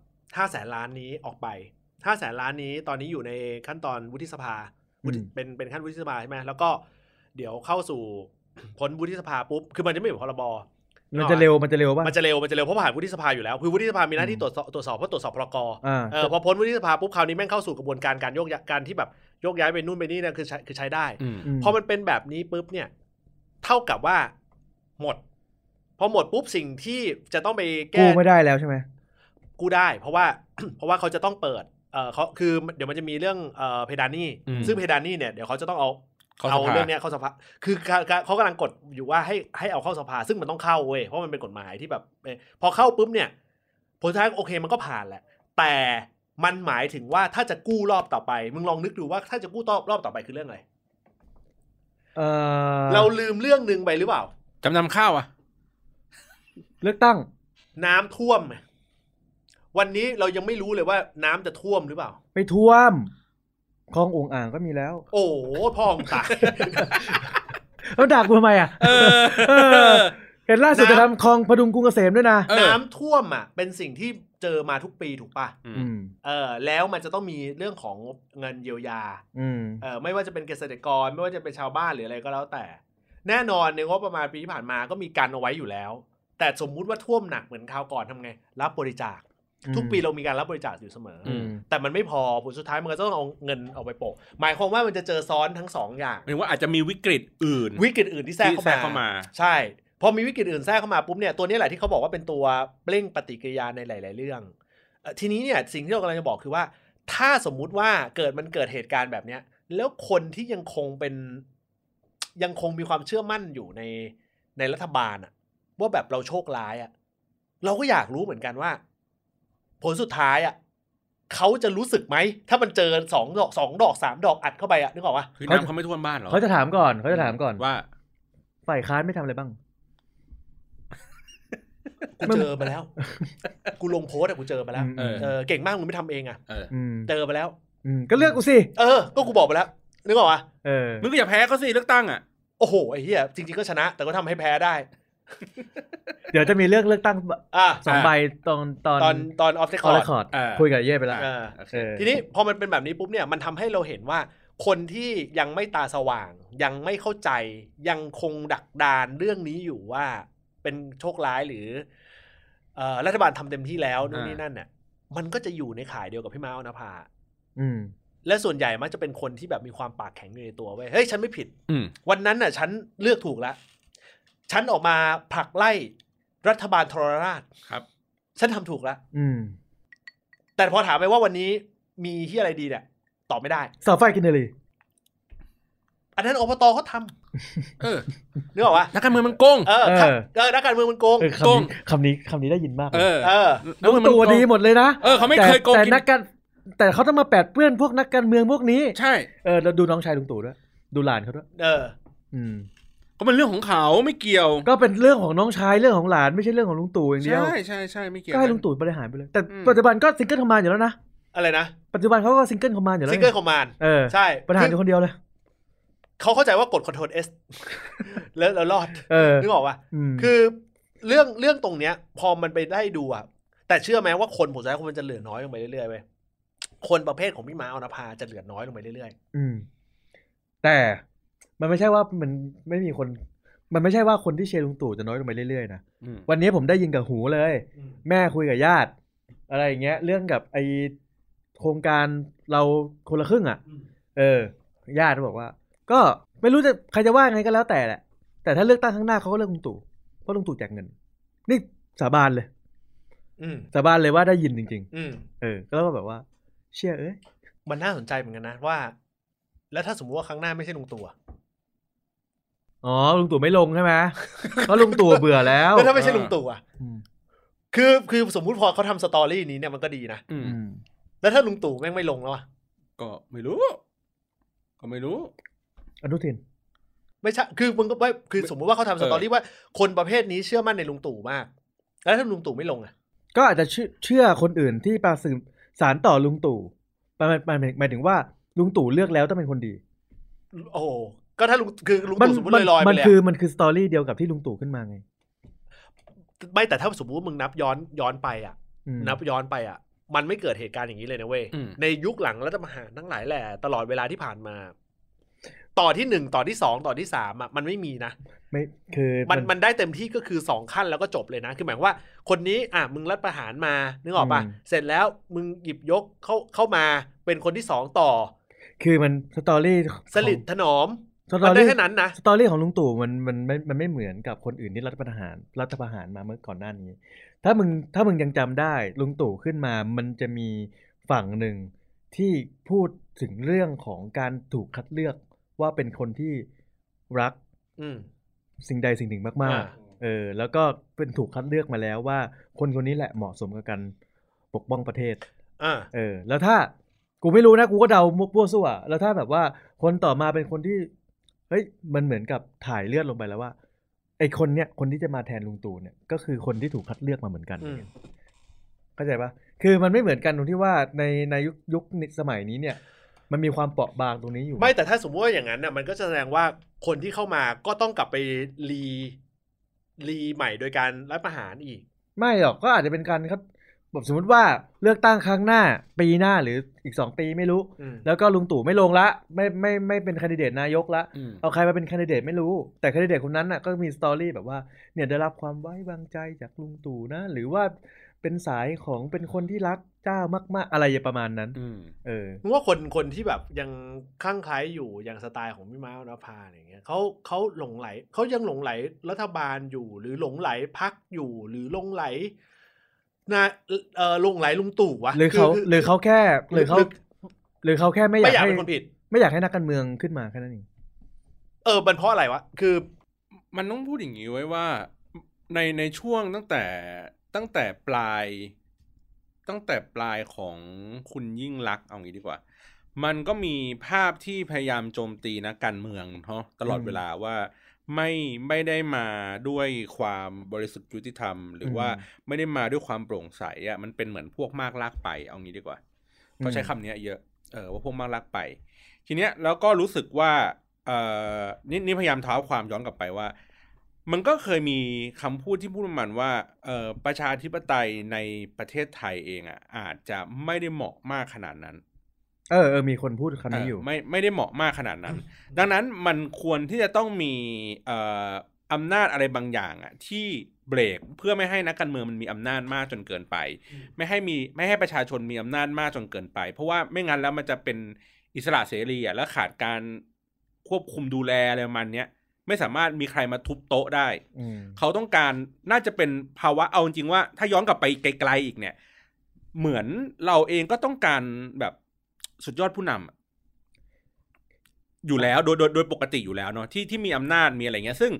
S1: 5 แสนล้านนี้ออกไป 5 แสนล้านนี้ตอนนี้อยู่ในขั้นตอนวุฒิสภาวุฒิ
S2: อืม
S1: เป็นเป็นขั้นวุฒิสภาใช่ไหมแล้วก็เดี๋ยวเข้าสู่ พ้นวุฒิสภาปุ๊บ คือมันจะไม่เหมือนพรบ
S2: มันจะเร็วมันจะเร็วป่ะ
S1: มันจะเร็วมันจะเร็วเพราะผ่านวุฒิสภาอยู่แล้วคือวุฒิสภามีหน้าที่ตรวจสอบตรวจสอบเพราะตรวจสอบพรก
S2: อ่า
S1: เออพอพ้นวุฒิสภาปุ๊บคราวนี้แม่งเข้าสู่กระบวนการการโยกย้ายการที่แบบโยกย้ายไปนู่นไปนี่เนี่ยคือใช้คือใช้ได้
S3: อืม
S2: ม
S1: พอมันเป็นแบบนี้ปุ๊บเนี่ย เท่ากับว่าหมด พอหมดปุ๊บสิ่งที่จะต้องไปแก้
S2: กู้ไม่ได้แล้วใช่ไหม
S1: กู้ได้ เพราะว่า เพราะว่าเขาจะต้องเปิดเออเขาคือเดี๋ยวมันจะมีเรื่องเออเพดานหนี่ซึ่งเพดานหนี่เนี่ยเดี๋ยวเขาจะต้องเอา
S3: เขาส
S1: เอา
S3: ภา
S1: เรื่องเนี้ยเข้าสภา คือเขาเขากำลังกดอยู่ว่าให้ให้เอาเข้าสภา ซึ่งมันต้องเข้าเว้ย เพราะมันเป็นกฎหมายที่แบบเอ่อพอเข้าปุ๊บเนี่ย ผลท้ายโอเคมันก็ผ่านแหละ แต่มันหมายถึงว่าถ้าจะกู้รอบต่อไป มึงลองนึกดูว่าถ้าจะกู้รอบรอบต่อไปคือเรื่องอะไร
S2: เออ
S1: เราลืมเรื่องหนึ่งไปหรือเปล่า
S3: จำนำข้าวอ่ะ
S2: เลือกตั้ง
S1: น้ำท่วม วันนี้เรายังไม่รู้เลยว่าน้ำจะท่วมหรือเปล่า
S2: ไปท่วมคลององอ่างก็มีแล้ว
S1: โอ้โหพ่อมึงตาย
S2: แล้วด่ากูทำไมอ่ะ
S3: เออ
S2: เออ เห็นล่าสุดจะทำคลองพดุงกรุงเกษมด้วยนะ
S3: เออ
S1: น้ำท่วมอ่ะ เป็นสิ่งที่เจอมาทุกปีถูกปะ
S3: อื
S2: อื
S3: ม
S2: ม
S1: เออ แล้วมันจะต้องมีเรื่องของเงินเยียวยา
S2: อืม
S1: เอ่อไม่ว่าจะเป็นเกษตรกรไม่ว่าจะเป็นชาวบ้านหรืออะไรก็แล้วแต่ แน่นอนในงบประมาณปีที่ผ่านมาก็มีการเอาไว้อยู่แล้ว แต่สมมุติว่าท่วมหนักเหมือนคราวก่อนทำไง รับบริจาค ทุกปีเรามีการรับบริจาคอยู่เสมออ
S2: ม
S1: แต่มันไม่พอผลสุดท้ายมันก็ต้องเอาเงินเอาไปโปะหมายความว่ามันจะเจอซ้อนทั้งสองอย่าง
S3: หมายถึงว่าอาจจะมีวิกฤตอื่น
S1: วิกฤตอื่นที่แทรก
S3: ที่แทรก
S1: เข้า
S3: เข้า
S1: มา
S3: มา
S1: ใช่พอมีวิกฤตอื่นแทรกเข้ามาปุ๊บเนี่ยตัวนี้แหละที่เขาบอกว่าเป็นตัวเร่งปฏิกิริยาในหลาย ๆ เรื่องเอ่อทีนี้เนี่ยสิ่งที่เรากำลังจะบอกคือว่า ถ้าสมมุติว่าเกิดมันเกิดเหตุการณ์แบบเนี้ย แล้วคนที่ยังคงเป็น ยังคงมีความเชื่อมั่นอยู่ในในรัฐบาลอะว่าแบบเราโชคร้ายอะเราก็อยากรู้เหมือนกันว่า ผลสุดท้ายอะเขาจะรู้สึกไหมถ้ามันเจอสองดอกสองดอกสามดอกอัดเข้าไปอะนึกออกปะ
S3: คือน้ำเขาไม่ท่วมบ้านเหรอ
S2: เขาจะถามก่อนเขาจะถามก่อน
S3: ว่า
S2: ฝ่ายค้านไม่ทำอะไรบ้าง
S1: กูเจอมาแล้ว กูลงโพสต์อะกูเจอมาแล้ว
S2: อืม
S3: เออ
S1: เออเก่งมากมึงไม่ทำเองอะ
S3: เออ
S2: อืม
S1: เจอมาแล้ว
S2: อืมก็เลือกกูสิ
S1: เออ ก็กูบอกไปแล้ว นึกออกปะ
S2: เออ
S3: มึงก็อย่าแพ้เขาสิเลือกตั้งอ่ะ
S1: โอ้โหไอ้เหี้ยจริงๆก็ชนะ แต่ก็ทำให้แพ้ได้
S2: เดี๋ยวจะมีเลือกเลือกตั้ง
S1: อ่ะ
S2: สอง
S3: อ่า
S2: ใบตอนตอน
S1: ตอนตอนออฟเซค
S2: ค
S1: ค
S2: อ
S1: อร์
S2: ร์ด
S1: ด
S2: คอร์ด
S3: อ่า
S2: คุยกับเย่ไปแล้ว
S1: อ่า
S3: โอเค
S2: เออ
S1: ทีนี้พอมันเป็นแบบนี้ปุ๊บเนี่ยมันทำให้เราเห็นว่า คนที่ยังไม่ตาสว่าง ยังไม่เข้าใจ ยังคงดักดานเรื่องนี้อยู่ว่า เป็นโชคร้ายหรือเอ่อรัฐบาลทำเต็มที่แล้วนู่นนี่นั่นเนี่ยมันก็จะอยู่ในขายเดียวกับพี่ม้าออนภา
S2: อืม
S1: และส่วนใหญ่มักจะเป็นคนที่แบบมีความปากแข็งอยู่ในตัวเว้ย เฮ้ย ฉันไม่ผิด
S3: อืม
S1: วันนั้นน่ะ ฉันเลือกถูกแล้ว ฉันออกมาผลักไล่รัฐบาลทรราช
S3: ครับ
S1: ฉันทำถูกแล้ว
S2: อืม
S1: แต่พอถามไปว่าวันนี้มีที่อะไรดีเนี่ย ตอบไม่ได้
S2: เสาไฟกินเลย
S1: อันนั้นอบตเขาท
S3: เออ
S1: ำนึกออกปะ
S3: นักการเมืองมันโกง
S1: เออถ้าเออนักการเมืองมันโกง
S2: เออ
S3: โก
S2: คำ
S3: ง
S2: นี้คำนี้คำนี้ได้ยินมากเลย
S3: เออ
S1: เออ
S3: นักการเมืองมัน
S2: ตัว
S3: โกง
S2: ดีหมดเลยนะ
S3: เออเขาไม่
S2: แต่
S3: เคยโกง
S2: แต่
S3: กิ
S2: นักการแต่เขาต้องมาแปดเปื้อนพวกนักการเมืองพวกนี้
S3: ใช่
S2: เออแล้วดูน้องชายลุงตู่ด้วยดูหลานเขาด้วย
S1: เออ
S2: อืม
S3: ก็เป็นเรื่องของเขาไม่เกี่ยว
S2: ก็เป็นเรื่องของน้องชายเรื่องของหลานไม่ใช่เรื่องของลุงตู่อย่างเดียว
S3: ใช่ใช่ใช่ไม่เกี่ยว
S2: ก็ให้
S3: กัน
S2: ลุงตู่บริหารไปเลย แต่
S3: อืม
S2: ปัจจุบันก็ซิงเกิลคอมมานด์อยู่แล้วนะ
S1: อะไรนะ
S2: ปัจจุบันเขาก็ซิงเกิลคอมมานด์อยู่แล้ว
S1: ซิงเกิลคอมมาน
S2: เออ
S1: ใช่
S2: บริหารอยู่คนเดียวเลย
S1: เขาเข้าใจว่ากดคอนโทรลเอสแล้วเรารอด
S2: เออ
S1: นึกออกปะ
S2: ม
S1: คือเรื่องเรื่องตรงเนี้ย พอมันไปได้ดูอะแต่เชื่อไหมว่าคนผมจะให้คนมันจะเหลือน้อยลงไปเรื่อยๆเว้ยคนประเภทของพี่ม้าออนภาจะเหลือน้อยลงไปเรื่อย
S2: มแต่มันไม่ใช่ว่ามันไม่มีคน มันไม่ใช่ว่าคนที่เชียร์ลุงตู่จะน้อยลงไปเรื่อยๆนะ
S3: อืม
S2: วันนี้ผมได้ยินกับหูเลย
S1: ๆ
S2: แม่คุยกับญาติ อะไรอย่างเงี้ย เรื่องกับไอโครงการเราคนละครึ่งอ่ะ เออ ญาติบอกว่า ก็ไม่รู้จะใครจะว่าไงก็แล้วแต่แหละ แต่ถ้าเลือกตั้งข้างหน้าเขาก็เลือกลุงตู่เพราะลุงตู่แจกเงิน นี่สาบานเลย
S1: อืม
S2: สาบานเลยว่าได้ยินจริง
S1: อืม
S2: ๆ เออ แล้วก็แบบว่า เชื่อเอ้ย
S1: มันน่าสนใจเหมือนกันนะว่า แล้วถ้าสมมติว่าครั้งหน้าไม่ใช่ลุงตู่อะ
S2: อ๋อลุงตู่ไม่ลงใช่ ไหมเพราะลุงตู่เบื่อแล้ว
S1: แล้วถ้าไม่ใช่ลุงตู่อะ
S2: อืม
S1: คือคือสมมุติพอเขาทำสตอรี่นี้เนี่ยมันก็ดีนะ
S3: อืม
S2: อืม
S1: แล้วถ้าลุงตู่แม่งไม่ลงแล้วอะ
S3: ก็ไม่รู้ ก็ไม่รู้
S2: อนุทิน
S1: ไม่ใช่คือมึงก็ไม่คือสมมุติว่าเขาทำสตอรี่ว่า คนประเภทนี้เชื่อมั่นในลุงตู่มาก แล้วถ้าลุงตู่ไม่ลงอะ
S2: ก็อาจจะเชื่อเชื่อคนอื่นที่ประสืบสารต่อลุงตู่หมายหมายหมายถึงว่าลุงตู่เลือกแล้วต้องเป็นคนดี
S1: โอ้โหก็ถ้าลุงคือลุงตู่สมมติ
S2: มั
S1: ลอยๆไป
S2: มัน
S1: เลย
S2: คือ
S1: อะ
S2: มันคือสตอรี่เดียวกับที่ลุงตู่ขึ้นมาไง
S1: ไม่แต่ถ้าสมมติว่ามึงนับย้อนย้อนไปอะ
S2: อืม
S1: นับย้อนไปอ่ะ มันไม่เกิดเหตุการณ์อย่างนี้เลยนะเว้ย
S3: อืม
S1: ในยุคหลังรัฐประหารทั้งหลายแหละตลอดเวลาที่ผ่านมา ต่อที่หนึ่งต่อที่สองต่อที่สามอ่ะมันไม่มีนะ
S2: ไม่คือ
S1: มันมันได้เต็มที่ก็คือสองขั้นแล้วก็จบเลยนะ คือหมายความว่าคนนี้อ่ะมึงรัฐประหารมานึกออกป่ะเสร็จแล้วมึงหยิบยกเข้าเข้ามาเป็นคนที่สองต่อ
S2: คือมันสตอรี่ของ
S1: สลิดถนอม
S2: สต
S1: มั
S2: อน
S1: ได้
S2: รี่
S1: แค่นั้นนะ
S2: สตอรี่ของลุงตู่มันมันไม่มันไม่เหมือนกับคนอื่นที่รัฐประหารรัฐประหารมาเมื่อก่อนหน้านี้ ถ้ามึงถ้ามึงยังจำได้ลุงตู่ขึ้นมา มันจะมีฝั่งหนึ่งที่พูดถึงเรื่องของการถูกคัดเลือกว่าเป็นคนที่รัก
S1: อืม
S2: สิ่งใดสิ่งหนึ่งมาก
S1: อ่า
S2: ๆ เออ แล้วก็เป็นถูกคัดเลือกมาแล้วว่า คนคนนี้แหละเหมาะสมกับการปกป้องประเทศ
S1: อ่า
S2: เออ แล้วถ้ากูไม่รู้นะ กูก็เดามุกพั่วสั่วแล้วถ้าแบบว่าคนต่อมาเป็นคนที่ เฮ้ย มันเหมือนกับถ่ายเลือดลงไปแล้วว่า ไอคนเนี้ย คนที่จะมาแทนลุงตู่เนี่ย ก็คือคนที่ถูกคัดเลือกมาเหมือนกัน
S1: อืม
S2: เข้าใจปะคือมันไม่เหมือนกันตรงที่ว่าในในยุคยุคสมัยนี้เนี่ย มันมีความเปราะบางตรงนี้อยู่
S1: ไม่แต่ถ้าสมมติว่าอย่างนั้นน่ะมันก็จะแสดงว่าคนที่เข้ามาก็ต้องกลับไปรีรีใหม่โดยการรัฐประหารอีก
S2: ไม่หรอกก็อาจจะเป็นการครับแบบสมมติว่าเลือกตั้งครั้งหน้า ปีหน้าหรืออีกสองปีไม่รู้
S1: อืม
S2: แล้วก็ลุงตู่ไม่ลงละไม่ไม่ไม่เป็นคนดิเดตนายกละ
S3: อืม
S2: เอาใครมาเป็นคนดิเดตไม่รู้ แต่คนดิเดตคนนั้นน่ะก็มีสตอรี่แบบว่าเนี่ยได้รับความไว้วางใจจากลุงตู่นะ หรือว่าเป็นสายของเป็นคนที่รักเจ้ามากๆ อะไรประมาณนั้น
S3: อืม
S2: เออ
S1: มึงว่าคนคนที่แบบยังคลั่งไคล้อยู่อย่างสไตล์ของพี่ม้าวนภาอะไรอย่างเงี้ยเขาเขาหลงไหลเขายังหลงไหลรัฐบาลอยู่ หรือหลงไหลพักอยู่ หรือหลงไหลนะเออหลงไหลลุงตู่วะ
S2: หรือเขา
S1: คื
S2: หรือเขาแค่หรือเขาหรือเขาแค่ไม่อยา
S1: ไม่
S2: ก
S1: อยาก
S2: ให้
S1: เป็นคนผิด
S2: ไม่อยากให้นักการเมืองขึ้นมาแค่นั้นเอง
S1: เออมันเพราะอะไรวะคือ
S3: มันต้องพูดอย่างนี้ไว้ว่าในในช่วงตั้งแต่ตั้งแต่ปลาย ตั้งแต่ปลายของคุณยิ่งรักษณ์เอางี้ดีกว่า มันก็มีภาพที่พยายามโจมตีนะการเมืองเนาะตลอดเวลาว่าไม่ไม่ได้มาด้วยความบริสุทธิ์ยุติธรรม หรือว่าไม่ได้มาด้วยความโปร่งใสอะ่ะมันเป็นเหมือนพวกมากลากไปเอางี้ดีกว่า เขาใช้คำเนี้ยเยอะเออว่าพวกมากรักไป ทีเนี้ยแล้วก็รู้สึกว่าเออนี่นี่พยายามเท้าความย้อนกลับไปว่า มันก็เคยมีคำพูดที่พูดประมาณว่าเออประชาธิปไตยในประเทศไทยเองอ่ะอาจจะไม่ได้เหมาะมากขนาดนั้น
S2: เออเออมีคนพูดคำนี้อยู่
S3: เไม่ไม่ได้เหมาะมากขนาดนั้น ดังนั้นมันควรที่จะต้องมีเอ่ออำนาจอะไรบางอย่างอ่ะที่เบรกเพื่อไม่ให้นักการเมืองมันมีอำนาจมากจนเกินไป ไม่ให้มีไม่ให้ประชาชนมีอำนาจมากจนเกินไป เพราะว่าไม่งั้นแล้วมันจะเป็นอิสระเสรีอ่ะแล้วขาดการควบคุมดูแลอะไรประมันเนี้ยไม่สามารถมีใครมาทุบโต๊ะได้
S2: อืม
S3: เขาต้องการน่าจะเป็นภาวะเอาจริงๆว่า ถ้าย้อนกลับไปไกลๆอีกเนี่ย เหมือนเราเองก็ต้องการแบบสุดยอดผู้นำอะอยู่แล้วโดยโดยโดยปกติอยู่แล้วเนาะที่ที่มีอำนาจมีอะไรเงี้ย ซึ่ง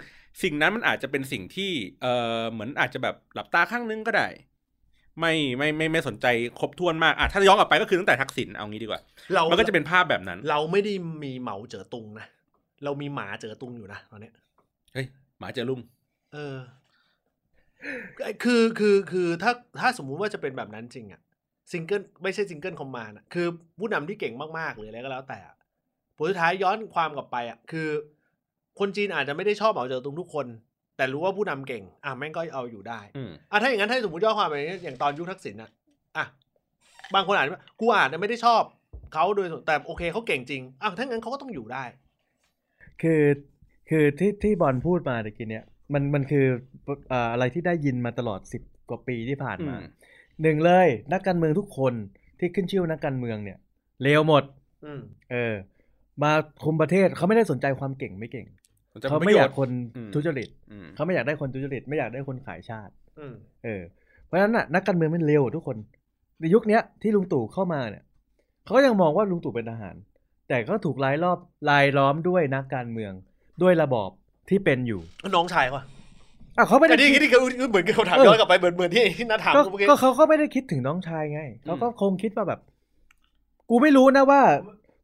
S3: สิ่งนั้นมันอาจจะเป็นสิ่งที่เออเหมือนอาจจะแบบหลับตาข้างนึงก็ได้ ไม่ไม่ไม่ไม่สนใจครบถ้วนมากอ่ะถ้าย้อนกลับไปก็คือตั้งแต่ทักษิณเอางี้ดีกว่า
S1: เรา
S3: มันก็จะเป็นภาพแบบนั้น
S1: เราไม่ได้มีเหมาเจ๋อตุงนะเรามีหมาเจ๋อตุงอยู่นะตอนเนี้ย
S3: เฮ้ยหมาเจอลุง
S1: เออ คือคือคือถ้าถ้าสมมุติว่าจะเป็นแบบนั้นจริงอะซิงเกิลไม่ใช่ซิงเกิลคอมมานด์อะคือผู้นำที่เก่งมากๆหรืออะไรก็แล้วแต่อะผลสุดท้ายย้อนความกลับไปอะคือ คนจีนอาจจะไม่ได้ชอบเหมาเจ๋อตุงทุกคน แต่รู้ว่าผู้นำเก่ง อ่ะแม่งก็เอาอยู่ได้
S3: อืม
S1: อ่ะถ้าอย่างนั้นถ้าสมมติย่อความไปอย่างตอนยุคทักษิณอะอ่ะบางคนอาจจะว่ากูอาจจะไม่ได้ชอบเขาโดยส่วนแต่โอเคเขาเก่งจริงอ่ะถ้างั้นเขาก็ต้องอยู่ได้
S2: คือคือที่ที่บอลพูดมาตะกี้เนี่ยมันมันคือเอ่ออะไรที่ได้ยินมาตลอดสิบกว่าปีที่ผ่านมาหนึ่งเลย นักการเมืองทุกคนที่ขึ้นชื่อว่านักการเมืองเนี่ยเลวหมด
S1: อืม
S2: เออ มาคุมประเทศเขาไม่ได้สนใจความเก่งไม่เก่ง
S3: สนใจผล
S2: เขา
S3: ป
S2: ไม่อ
S3: ระโช
S2: ยาก
S3: น์
S2: คน
S3: อืม
S2: ทุจริต
S3: อืม
S2: เขาไม่อยากได้คนทุจริต ไม่อยากได้คนขายชาติ
S1: อืม
S2: เออ เพราะฉะนั้นน่ะนักการเมืองมันเลวทุกคน ในยุคเนี้ยที่ลุงตู่เข้ามาเนี่ยเขาก็ยังมองว่าลุงตู่เป็นทหาร แต่ก็ถูกรายรอบลายล้อมด้วยนักการเมืองด้วยระบอบที่เป็นอยู่
S1: น้องชายเขาอะ
S2: อ่ะเขาไม่ได้
S1: แต่นี่
S2: คิด
S1: นี่คือเหมือนกับคำถาม
S2: เออ
S1: ย้อนกลับไปเหมือนเหมือนที่ที่นัทถาม
S2: ก็
S1: เมื่อกี้
S2: ก็เขาก็ไม่ได้คิดถึงน้องชายไงเขาก็คงคิดว่าแบบ กูไม่รู้นะว่า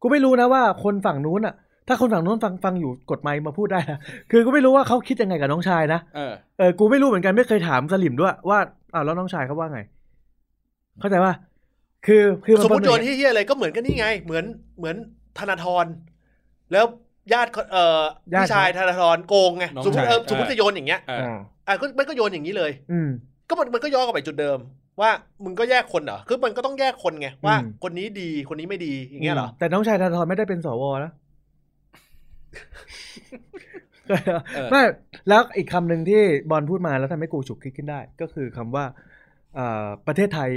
S2: กูไม่รู้นะว่า คนฝั่งนู้นอ่ะ ถ้าคนฝั่งนู้นฟังฟังอยู่กดไมค์มาพูดได้นะคือกูไม่รู้ว่าเขาคิดยังไงกับน้องชายนะ
S3: เออ
S2: เออกูไม่รู้เหมือนกันไม่เคยถามสลิมด้วยว่าอ้าวแล้วน้องชายเขาว่าไง เข้าใจว่าคือคือ
S1: สมมติโย
S2: เป็น
S1: ที่เฮียอะไรก็เหมือนกันนี่ไง เหมือนเหมือนธนาธรแล้วญาติเอ่อพี่ชายธนาธรโกงไง
S3: น้อง
S1: สมมติเออ
S3: ชาย
S1: สมมติจะโยนอย่างเงี้ย
S3: เออ
S2: อ่า
S1: อ่ะก็มันก็โยนอย่างนี้เลย
S2: อืม
S1: ก็มันมันก็ย้อนกลับไปจุดเดิม ว่ามึงก็แยกคนเหรอคือมันก็ต้องแยกคนไงว่า
S2: อืม
S1: คนนี้ดีคนนี้ไม่ดีอย่างเงี้ยเหรอ
S2: แต่น้องชายธนาธรไม่ได้เป็นสวนะ
S3: เออ
S2: ไม่แล้วอีกคำหนึ่งที่บอลพูดมาแล้วทำให้กูฉุกคิดขึ้นได้ ก็คือคำว่าเอ่อประเทศไทย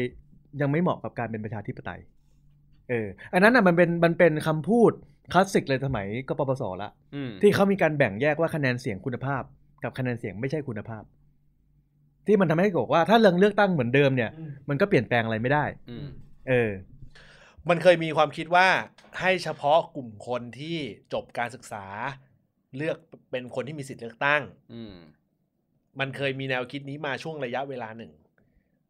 S2: ยังไม่เหมาะกับการเป็นประชาธิปไตย เออ อันนั้นอ่ะมันเป็นมันเป็นคำพูดคลาสสิกเลยสมัยกปปสละ
S3: อืม
S2: ที่เขามีการแบ่งแยกว่าคะแนนเสียงคุณภาพ กับคะแนนเสียงไม่ใช่คุณภาพ ที่มันทำให้บอกว่าถ้าเรื่องเลือกตั้งเหมือนเดิมเนี่ย มันก็เปลี่ยนแปลงอะไรไม่ได้
S3: อืม
S2: เออ
S1: มันเคยมีความคิดว่าให้เฉพาะกลุ่มคนที่จบการศึกษา เลือกเป็นคนที่มีสิทธิ์เลือกตั้ง
S3: อืม
S1: มันเคยมีแนวคิดนี้มาช่วงระยะเวลาหนึ่ง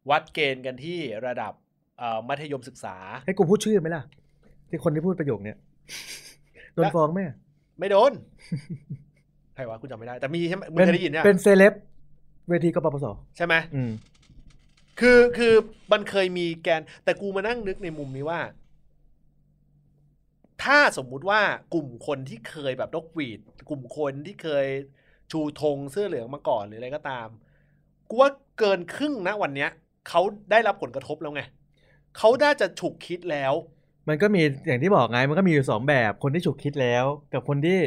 S1: วัดเกณฑ์กันที่ระดับเอ่อมัธยมศึกษา
S2: ให้กูพูดชื่อไหมล่ะ ที่คนที่พูดประโยค เนี้ยโดนฟ้องไหมอะ
S1: ไม่โดน ใครวะคุณจำไม่ได้ แต่มีใช่ไหมมึง
S2: เป็น
S1: เคยได้ยินเนี่ย
S2: เป็นเซเลบเวทีกปปส
S1: ใช่ไหม
S2: อืม
S1: คือคือมันเคยมีแกน แต่กูมานั่งนึกในมุมนี้ว่า ถ้าสมมุติว่ากลุ่มคนที่เคยแบบดกหวีด กลุ่มคนที่เคยชูธงเสื้อเหลืองมาก่อนหรืออะไรก็ตามกูว่าเกินครึ่งนะวันเนี้ยเขาได้รับผลกระทบแล้วไงเขาน่าจะฉุกคิดแล้ว
S2: มันก็มีอย่างที่บอกไง มันก็มีอยู่สองแบบคนที่ฉุกคิดแล้ว กับคนที่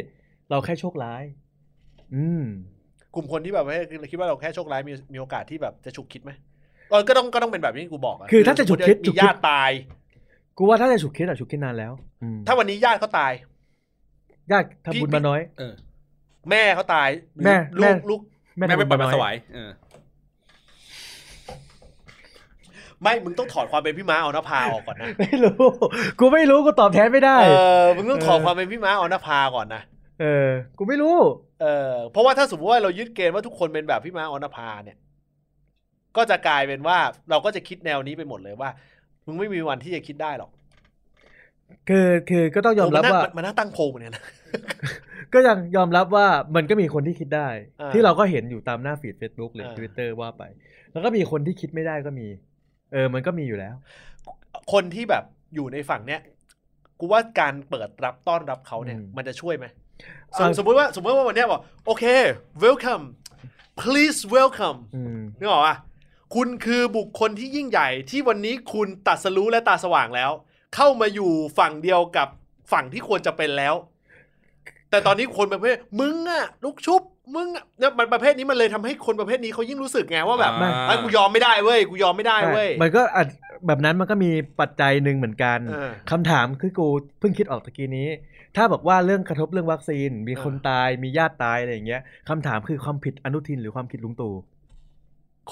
S2: เราแค่โชคร้าย อืม
S1: กลุ่มคนที่แบบว่าคิดว่าเราแค่โชคร้ายมีมีโอกาสที่แบบจะฉุกคิดไหมเออก็ต้องก็ต้องเป็นแบบนี้ที่กูบอกะ
S2: คือถ้าจะฉุกคิด
S1: มี
S2: ฉุกคิด
S1: ญาติตาย
S2: กูว่าถ้าจะฉุกคิดอะฉุกคิดนานแล้วอืม
S1: ถ้าวันนี้ญาติเขาตาย
S2: ญาติทำบุญมาน้อย
S3: เออ
S1: แม่เขาตายหรือ
S2: แม่
S1: ลู
S2: แม่
S1: กลูก
S3: แม่
S2: ทำ
S3: ไป
S2: บุญ
S3: ปล่อยมา
S2: น้
S3: สวายเออ
S1: ไม่ มึงต้องถอดความเป็นพี่ม้าออนภาออกก่อนนะ
S2: ไม่รู้ กูไม่รู้ กูตอบแทนไม่ได้
S1: เออ มึงต้องถอด
S2: เออ
S1: ความเป็นพี่ม้าออนภาก่อนนะ
S2: เออ กูไม่รู้
S1: เออ เพราะว่าถ้าสมมติว่าเรายึดเกณฑ์ว่าทุกคนเป็นแบบพี่ม้าออนภาเนี่ย ก็จะกลายเป็นว่าเราก็จะคิดแนวนี้ไปหมดเลยว่า มึงไม่มีวันที่จะคิดได้หรอก
S2: คือคือก็ต้องยอมรับว่า
S1: เนน่มันน่าตั้งโพลเหมือนกันนะ
S2: ก็ยังยอมรับว่ามันก็มีคนที่คิดได้
S1: อ่า
S2: ที่เราก็เห็นอยู่ตามหน้าฟีด Facebook หรือ
S1: า
S2: Twitter ว่าไป แล้วก็มีคนที่คิดไม่ได้ก็มี เออ มันก็มีอยู่แล้ว
S1: คนที่แบบอยู่ในฝั่งเนี้ย กูว่าการเปิดรับต้อนรับเขาเนี่ย
S2: อืม
S1: มันจะช่วยไหมส
S2: เอ่
S1: ม
S2: อ
S1: สมมติว่าสมมติว่าวันเนี้ยบอกโอเค welcome please welcome
S2: อืม
S1: นึกออกปะคุณคือบุคคลที่ยิ่งใหญ่ที่วันนี้คุณตัดสรู้และตาสว่างแล้ว เข้ามาอยู่ฝั่งเดียวกับฝั่งที่ควรจะเป็นแล้ว แต่ตอนนี้คนประเภทมึงอะลูกชุบมึงอะเนี่ยมันประเภทนี้มันเลยทำให้คนประเภทนี้เขายิ่งรู้สึกไงว่าแบบ
S2: ไม่
S1: ไอ้ยกูยอมไม่ได้เว้ยกูยอมไม่ได้เว้ย
S2: มันก็อาจแบบนั้นมันก็มีปัจจัยหนึ่งเหมือนกัน
S1: เออ
S2: คำถามคือกูเพิ่งคิดออกตะกี้นี้ ถ้าบอกว่าเรื่องกระทบเรื่องวัคซีน มีคน
S1: เออ
S2: ตาย มีญาติตายอะไรอย่างเงี้ยคำถามคือความผิดอนุทินหรือความผิดลุงตู่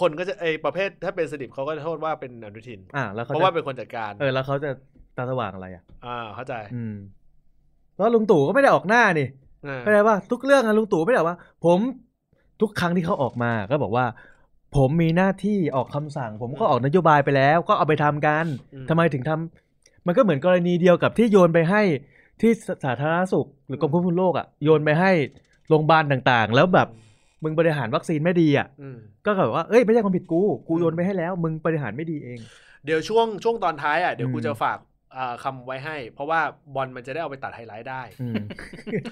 S1: คนก็จะไอ้ประเภทถ้าเป็นสดิบเขาก็จะโทษว่าเป็นอนุทิน
S2: อ่าแล้วเขา
S1: เพราะ
S2: จะ
S1: ว่าเป็นคนจัดการ
S2: เออแล้วเขาจะตาสว่างอะไรอ่ะ
S1: อ่าเข้าใจ
S2: อืมแล้วลุงตู่ก็ไม่ได้ออกหน้านี่
S1: อ่า
S2: เข้าใจป่ะทุกเรื่องอะลุงตู่ไม่ได้ออกว่า ผมทุกครั้งที่เขาออกมาก็บอกว่า ผมมีหน้าที่ออกคำสั่ง ผมก็ออกนโยบายไปแล้ว ก็เอาไปทำกันทำไมถึงทำมันก็เหมือนกรณีเดียวกับที่โยนไปให้ที่สสาธารณสุข หรือกรมควบคุมโรคอะโยนไปให้โรงพยาบาลต่างๆ แล้วแบบมึงบริหารวัคซีนไม่ดีอะ
S1: อืม
S2: ก็แบบว่าเอ้ยไม่ใช่ความผิดกูกู
S1: อืม
S2: โยนไปให้แล้ว มึงบริหารไม่ดีเอง
S1: เดี๋ยวช่วงช่วงตอนท้ายอ่ะเดี๋ยวกู
S2: อืม
S1: จะฝากอ่าคำไว้ให้ เพราะว่าบอลมันจะได้เอาไปตัดไฮไล ท์ได้
S2: อืม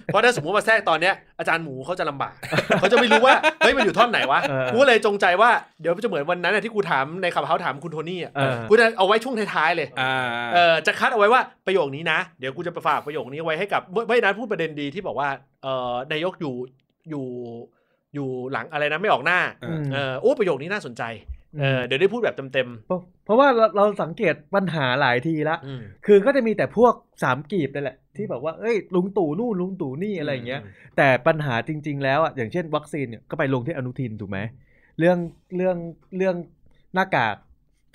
S1: เพราะถ้าสมมติมาแทรกตอนเนี้ยอาจารย์หมูเขาจะลำบาก เขาจะไม่รู้ว่าเฮ้ยมันอยู่ท่อนไหนวะ
S2: เออ
S1: กูก็เลยจงใจว่าเดี๋ยวจะเหมือนวันนั้นน่ะที่กูถามในขับเฮาถามคุณโทนี่อ่ะ
S2: เออ
S1: กูจะเอาไว้ช่วงท้ายๆเลย
S3: อ่า
S1: เออจะคัดเอาไว้ว่าประโยคนี้นะ เดี๋ยวกูจะไปฝากประโยคนี้ไว้ให้กับเมื่อเมื่อนั้นพูดประเด็นดีที่บอกว่าเออนายกอยู่อยู่อยู่หลังอะไรนะไม่ออกหน้า
S3: เออ
S1: เออโอ้ประโยคนี้น่าสนใจเออเดี๋ยวได้พูดแบบเต็ม
S2: เพราะเพราะว่าเราเราสังเกตปัญหาหลายทีละ
S1: ๆอืม
S2: คือก็จะมีแต่พวกสามกีบนั่นแหละที่แบบว่าเอ้ยลุงตู่นู่นลุงตู่นี่อะไรอย่างเงี้ย แต่ปัญหาจริง ๆ แล้วอ่ะอย่างเช่น วัคซีนเนี่ยก็ไปลงที่อนุทินถูกไหมเรื่องเรื่องเรื่องหน้ากาก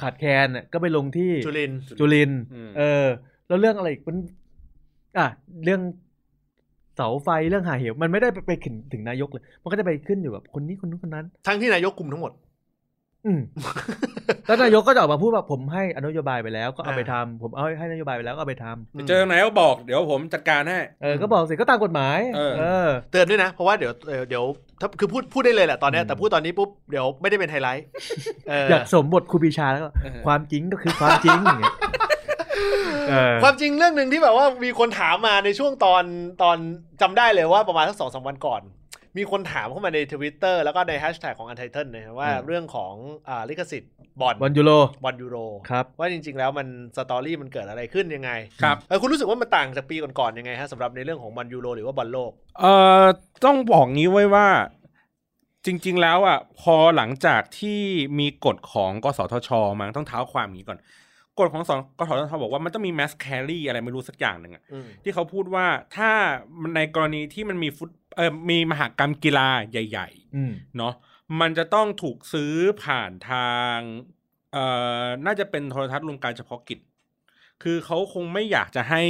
S2: ขาดแคลนน่ะก็ไปลงที่
S1: จุลิน
S2: จุลิน
S3: อืม
S2: เออ แล้วเรื่องอะไรอีกมันอ่ะเรื่องเสาไฟเรื่องหาเหวมันไม่ได้ไปไปถึงถึงนายกเลย มันก็จะไปขึ้นอยู่กับคนนี้คนนู้นคนนั้น
S1: ทั้งที่นายกคุม ทั้งหมด
S2: อืม แล้วนายกก็จะออกมาพูดว่าผมให้อนโยบายไปแล้วก็เอาไปทำผมเอาให้นโยบายไปแล้วก็เอาไปทำ
S3: เจอตรงไหนก็บอกเดี๋ยวผมจัดการให้
S2: เออก็บอกสิก็ตามกฎหมาย
S3: เออ
S2: เออ
S1: เตือนด้วยนะ เพราะว่าเดี๋ยวเอ่อเดี๋ยวถ้าคือพูดพูดได้เลยแหละตอนเนี้ย
S2: อืม
S1: แต่พูดตอนนี้ปุ๊บเดี๋ยวไม่ได้เป็นไฮไลท์เออ
S2: อยากสวมบทครูปรีชาแล้วก็
S3: เออ
S2: ความจริงก็คือความจริงอย่างเงี้ย เออ
S1: ความจริงเรื่องหนึ่งที่แบบว่ามีคนถามมาในช่วงตอนตอนจำได้เลยว่าประมาณสักสองสามวันก่อน มีคนถามเข้ามาในทวิตเตอร์แล้วก็ในแฮชแท็กของอันไทเทนะครับว่า
S2: อืม
S1: เรื่องของอ่าลิขสิทธิ์บอล
S2: บอลยูโร
S1: บอลยูโร
S2: ครับ
S1: ว่าจริง ๆ แล้วมันสตอรี่มันเกิดอะไรขึ้นยังไง
S3: ครับ
S1: เออคุณรู้สึกว่ามันต่างจากปีก่อนๆยังไงฮะสำหรับในเรื่องของบอลยูโรหรือว่าบอลโลก
S3: เอ่อต้องบอกงี้ไว้ว่า จริง ๆ แล้วอ่ะพอหลังจากที่มีกฎของกสทชมาต้องเท้าความอย่างนี้ก่อน กฎของสกสทชบอกว่ามันต้องมีแมสแครี่อะไรไม่รู้สักอย่างหนึ่งอะ
S1: อืม
S3: ที่เขาพูดว่าถ้ามันในกรณีที่มันมีฟุตเอ่อมีมหากรรมกีฬาใหญ่
S2: อืม
S3: ๆ เนาะมันจะต้องถูกซื้อผ่านทางเอ่อน่าจะเป็นโทรทัศน์รวมการเฉพาะกิจ คือเขาคงไม่อยากจะให้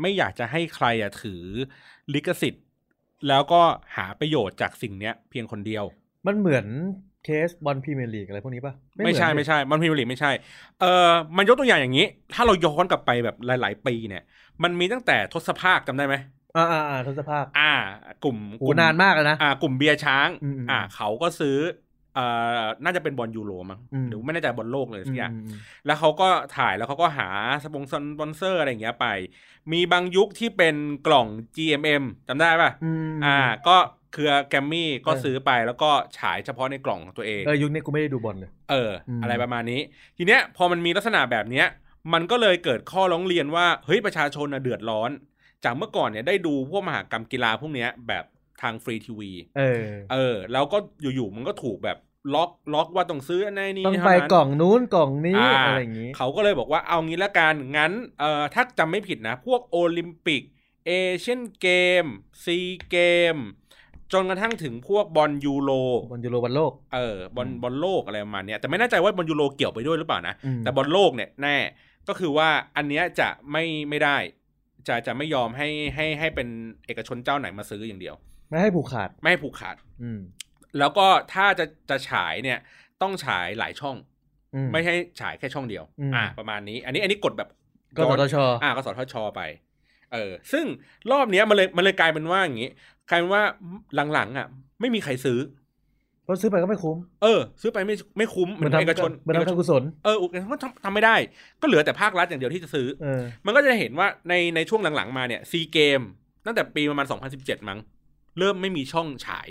S3: ไม่อยากจะให้ใครอะถือลิขสิทธิ์ แล้วก็หาประโยชน์จากสิ่งเนี้ยเพียงคนเดียว
S2: มันเหมือนเคสบอลพรีเมียร์ลีกอะไรพวกนี้ป่ะ
S3: ไม่ใช่
S2: เหอน
S3: ไม่ใช่มันพิมลีไม่ใช่เออมันยกตัวอย่างอย่างนี้ ถ้าเราย้อนกลับไปแบบหลาย ๆ ปีเนี่ย มันมีตั้งแต่ทศภาคจำได้ไหม
S2: อ่าอ่าอ่าทศภาค
S3: อ่ากลุ่ม
S2: โห
S3: กลุ่ม
S2: นานมากเลยนะ
S3: อ่ากลุ่มเบียร์ช้าง
S2: อืมอืม
S3: อ่าเขาก็ซื้อเอ่อน่าจะเป็นบอลยูโรมั้ง
S2: อืม
S3: หรือไม่แน่ใจบอลโลกเลยสักอย่าง
S2: มม
S3: แล้วเขาก็ถ่ายแล้วเขาก็หาสปงสปอนเซอร์อะไรอย่างเงี้ยไป มีบางยุคที่เป็นกล่อง GMM จำได้ป่ะ
S2: อืม
S3: อ่า ก็เครือแกรมมี่ก็ซื้อไปแล้วก็ฉายเฉพาะในกล่องของตัวเอง
S2: เออยุคนี้กูไม่ได้ดูบอลเลย
S3: เอออ
S2: ม
S3: อะไรประมาณนี้ ทีเนี้ยพอมันมีลักษณะแบบเนี้ย มันก็เลยเกิดข้อร้องเรียนว่า เฮ้ย ประชาชนน่ะเดือดร้อน จากเมื่อก่อนเนี่ยได้ดูพวกมหากรรมกีฬาพวกเนี้ยแบบทางฟรีทีวี
S2: เออ
S3: เออ แล้วก็อยู่ๆมันก็ถูกแบบล็อกล็อกว่าต้องซื้ออันในนี้
S2: ต้อง
S3: เท่า
S2: ไป
S3: นั้น
S2: กล่องนู้นกล่องนี้
S3: อ่า
S2: อะไรอย่างนี้
S3: เขาก็เลยบอกว่าเอางี้ละกัน งั้นเอ่อถ้าจำไม่ผิดนะ พวกโอลิมปิก เอเชียนเกม ซีเกม จนกระทั่งถึงพวกบอลยูโร
S2: บอลยูโรบอลโลก
S3: เออบอล
S2: อืม
S3: บอลโลกอะไรประมาณเนี้ยแต่ไม่แน่ใจว่าบอลยูโรเกี่ยวไปด้วยหรือเปล่านะ
S2: อืม
S3: แต่บอลโลกเนี่ยแน่ ก็คือว่าอันเนี้ยจะไม่ไม่ได้ จะจะไม่ยอมให้ให้ให้เป็นเอกชนเจ้าไหนมาซื้ออย่างเดียว
S2: ไม่ให้ผูกขาด
S3: ไม่ให้ผูกขาด
S2: อืม
S3: แล้วก็ถ้าจะจะฉายเนี่ยต้องฉายหลายช่อง
S2: อื
S3: ไม่ให้ฉายแค่ช่องเดียว
S2: อืม
S3: ประมาณนี้ อันนี้อันนี้กฎแบบ
S2: กสทช
S3: อ่ากสทชไป เออ ซึ่งรอบเนี้ยมันเลยมันเลยกลายเป็นว่าอย่างงี้กลายเป็นว่าหลังๆอ่ะ ไม่มีใครซื้อ
S2: เพราะซื้อไปก็ไม่คุ้ม
S3: เออ ซื้อไปไม่ไม่คุ้มเหมือน
S2: ทำ
S3: เอกชน
S2: เหมือนทำการกุศล
S3: เออเอกชนก็ทำทำไม่ได้ ก็เหลือแต่ภาครัฐอย่างเดียวที่จะซื้อ
S2: เออ
S3: มันก็จะเห็นว่าในในช่วงหลังๆมาเนี่ยซีเกมตั้งแต่ปีประมาณ 2017 มั้งเริ่มไม่มีช่องฉาย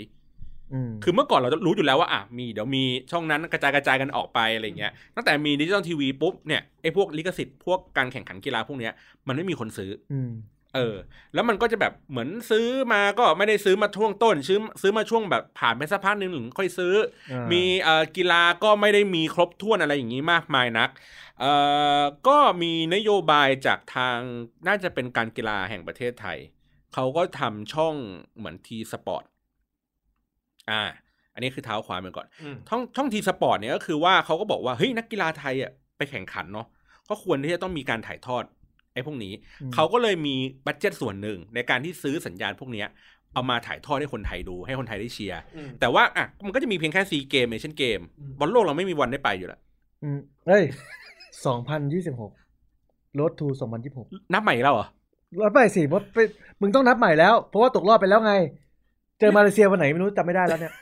S2: อืม
S3: คือเมื่อก่อนเราจะรู้อยู่แล้วว่าอ่ะมีเดี๋ยวมีช่องนั้นกระจายกระจายกันออกไปอะไรอย่างเงี้ยตั้งแต่มีดิจิตอลทีวีปุ๊บเนี่ยไอ้พวกลิขสิทธิ์พวกการแข่งขันกีฬาพวกเนี้ยมันไม่มีคนซื้อ
S2: ม
S3: เออ แล้วมันก็จะแบบเหมือนซื้อมาก็ไม่ได้ซื้อมาช่วงต้นซื้อซื้อมาช่วงแบบผ่านไปสักพักหนึ่งหนึ่งค่อยซื้อ
S2: อ่า
S3: มีเอ่อกีฬาก็ไม่ได้มีครบถ้วนอะไรอย่างนี้มากมายนักเอ่อก็มีนโยบายจากทางน่าจะเป็นการกีฬาแห่งประเทศไทย เขาก็ทำช่องเหมือนทีสปอร์ตอ่า อันนี้คือเท้าความไปก่อน
S1: อืม
S3: ช่องช่องทีสปอร์ตเนี่ยก็คือว่าเขาก็บอกว่าเฮ้ยนักกีฬาไทยอ่ะไปแข่งขันเนาะก็ควรที่จะต้องมีการถ่ายทอดไอ้พวกนี้
S2: อืม
S3: เขาก็เลยมีบัตเจ็ตส่วนหนึ่งในการที่ซื้อสัญญาณพวกเนี้ยเอามาถ่ายทอดให้คนไทยดูให้คนไทยได้เชียร์
S1: อืม
S3: แต่ว่าอ่ะมันก็จะมีเพียงแค่ซีเกมเอเชียนเกม
S1: อืม
S3: บอลโลกเราไม่มีวันได้ไปอยู่แล้ว
S2: อืมเอ้ยสองพันยี่สิบหกรถทูสองพันยี่สิบหก
S3: นับใหม่อีกแล้วเหรอ
S2: รถไปสิว่าไปมึงต้องนับใหม่แล้ว เพราะว่าตกรอบไปแล้วไง เจอมาเลเซียวันไหนไม่รู้จำไม่ได้แล้วเนี่ย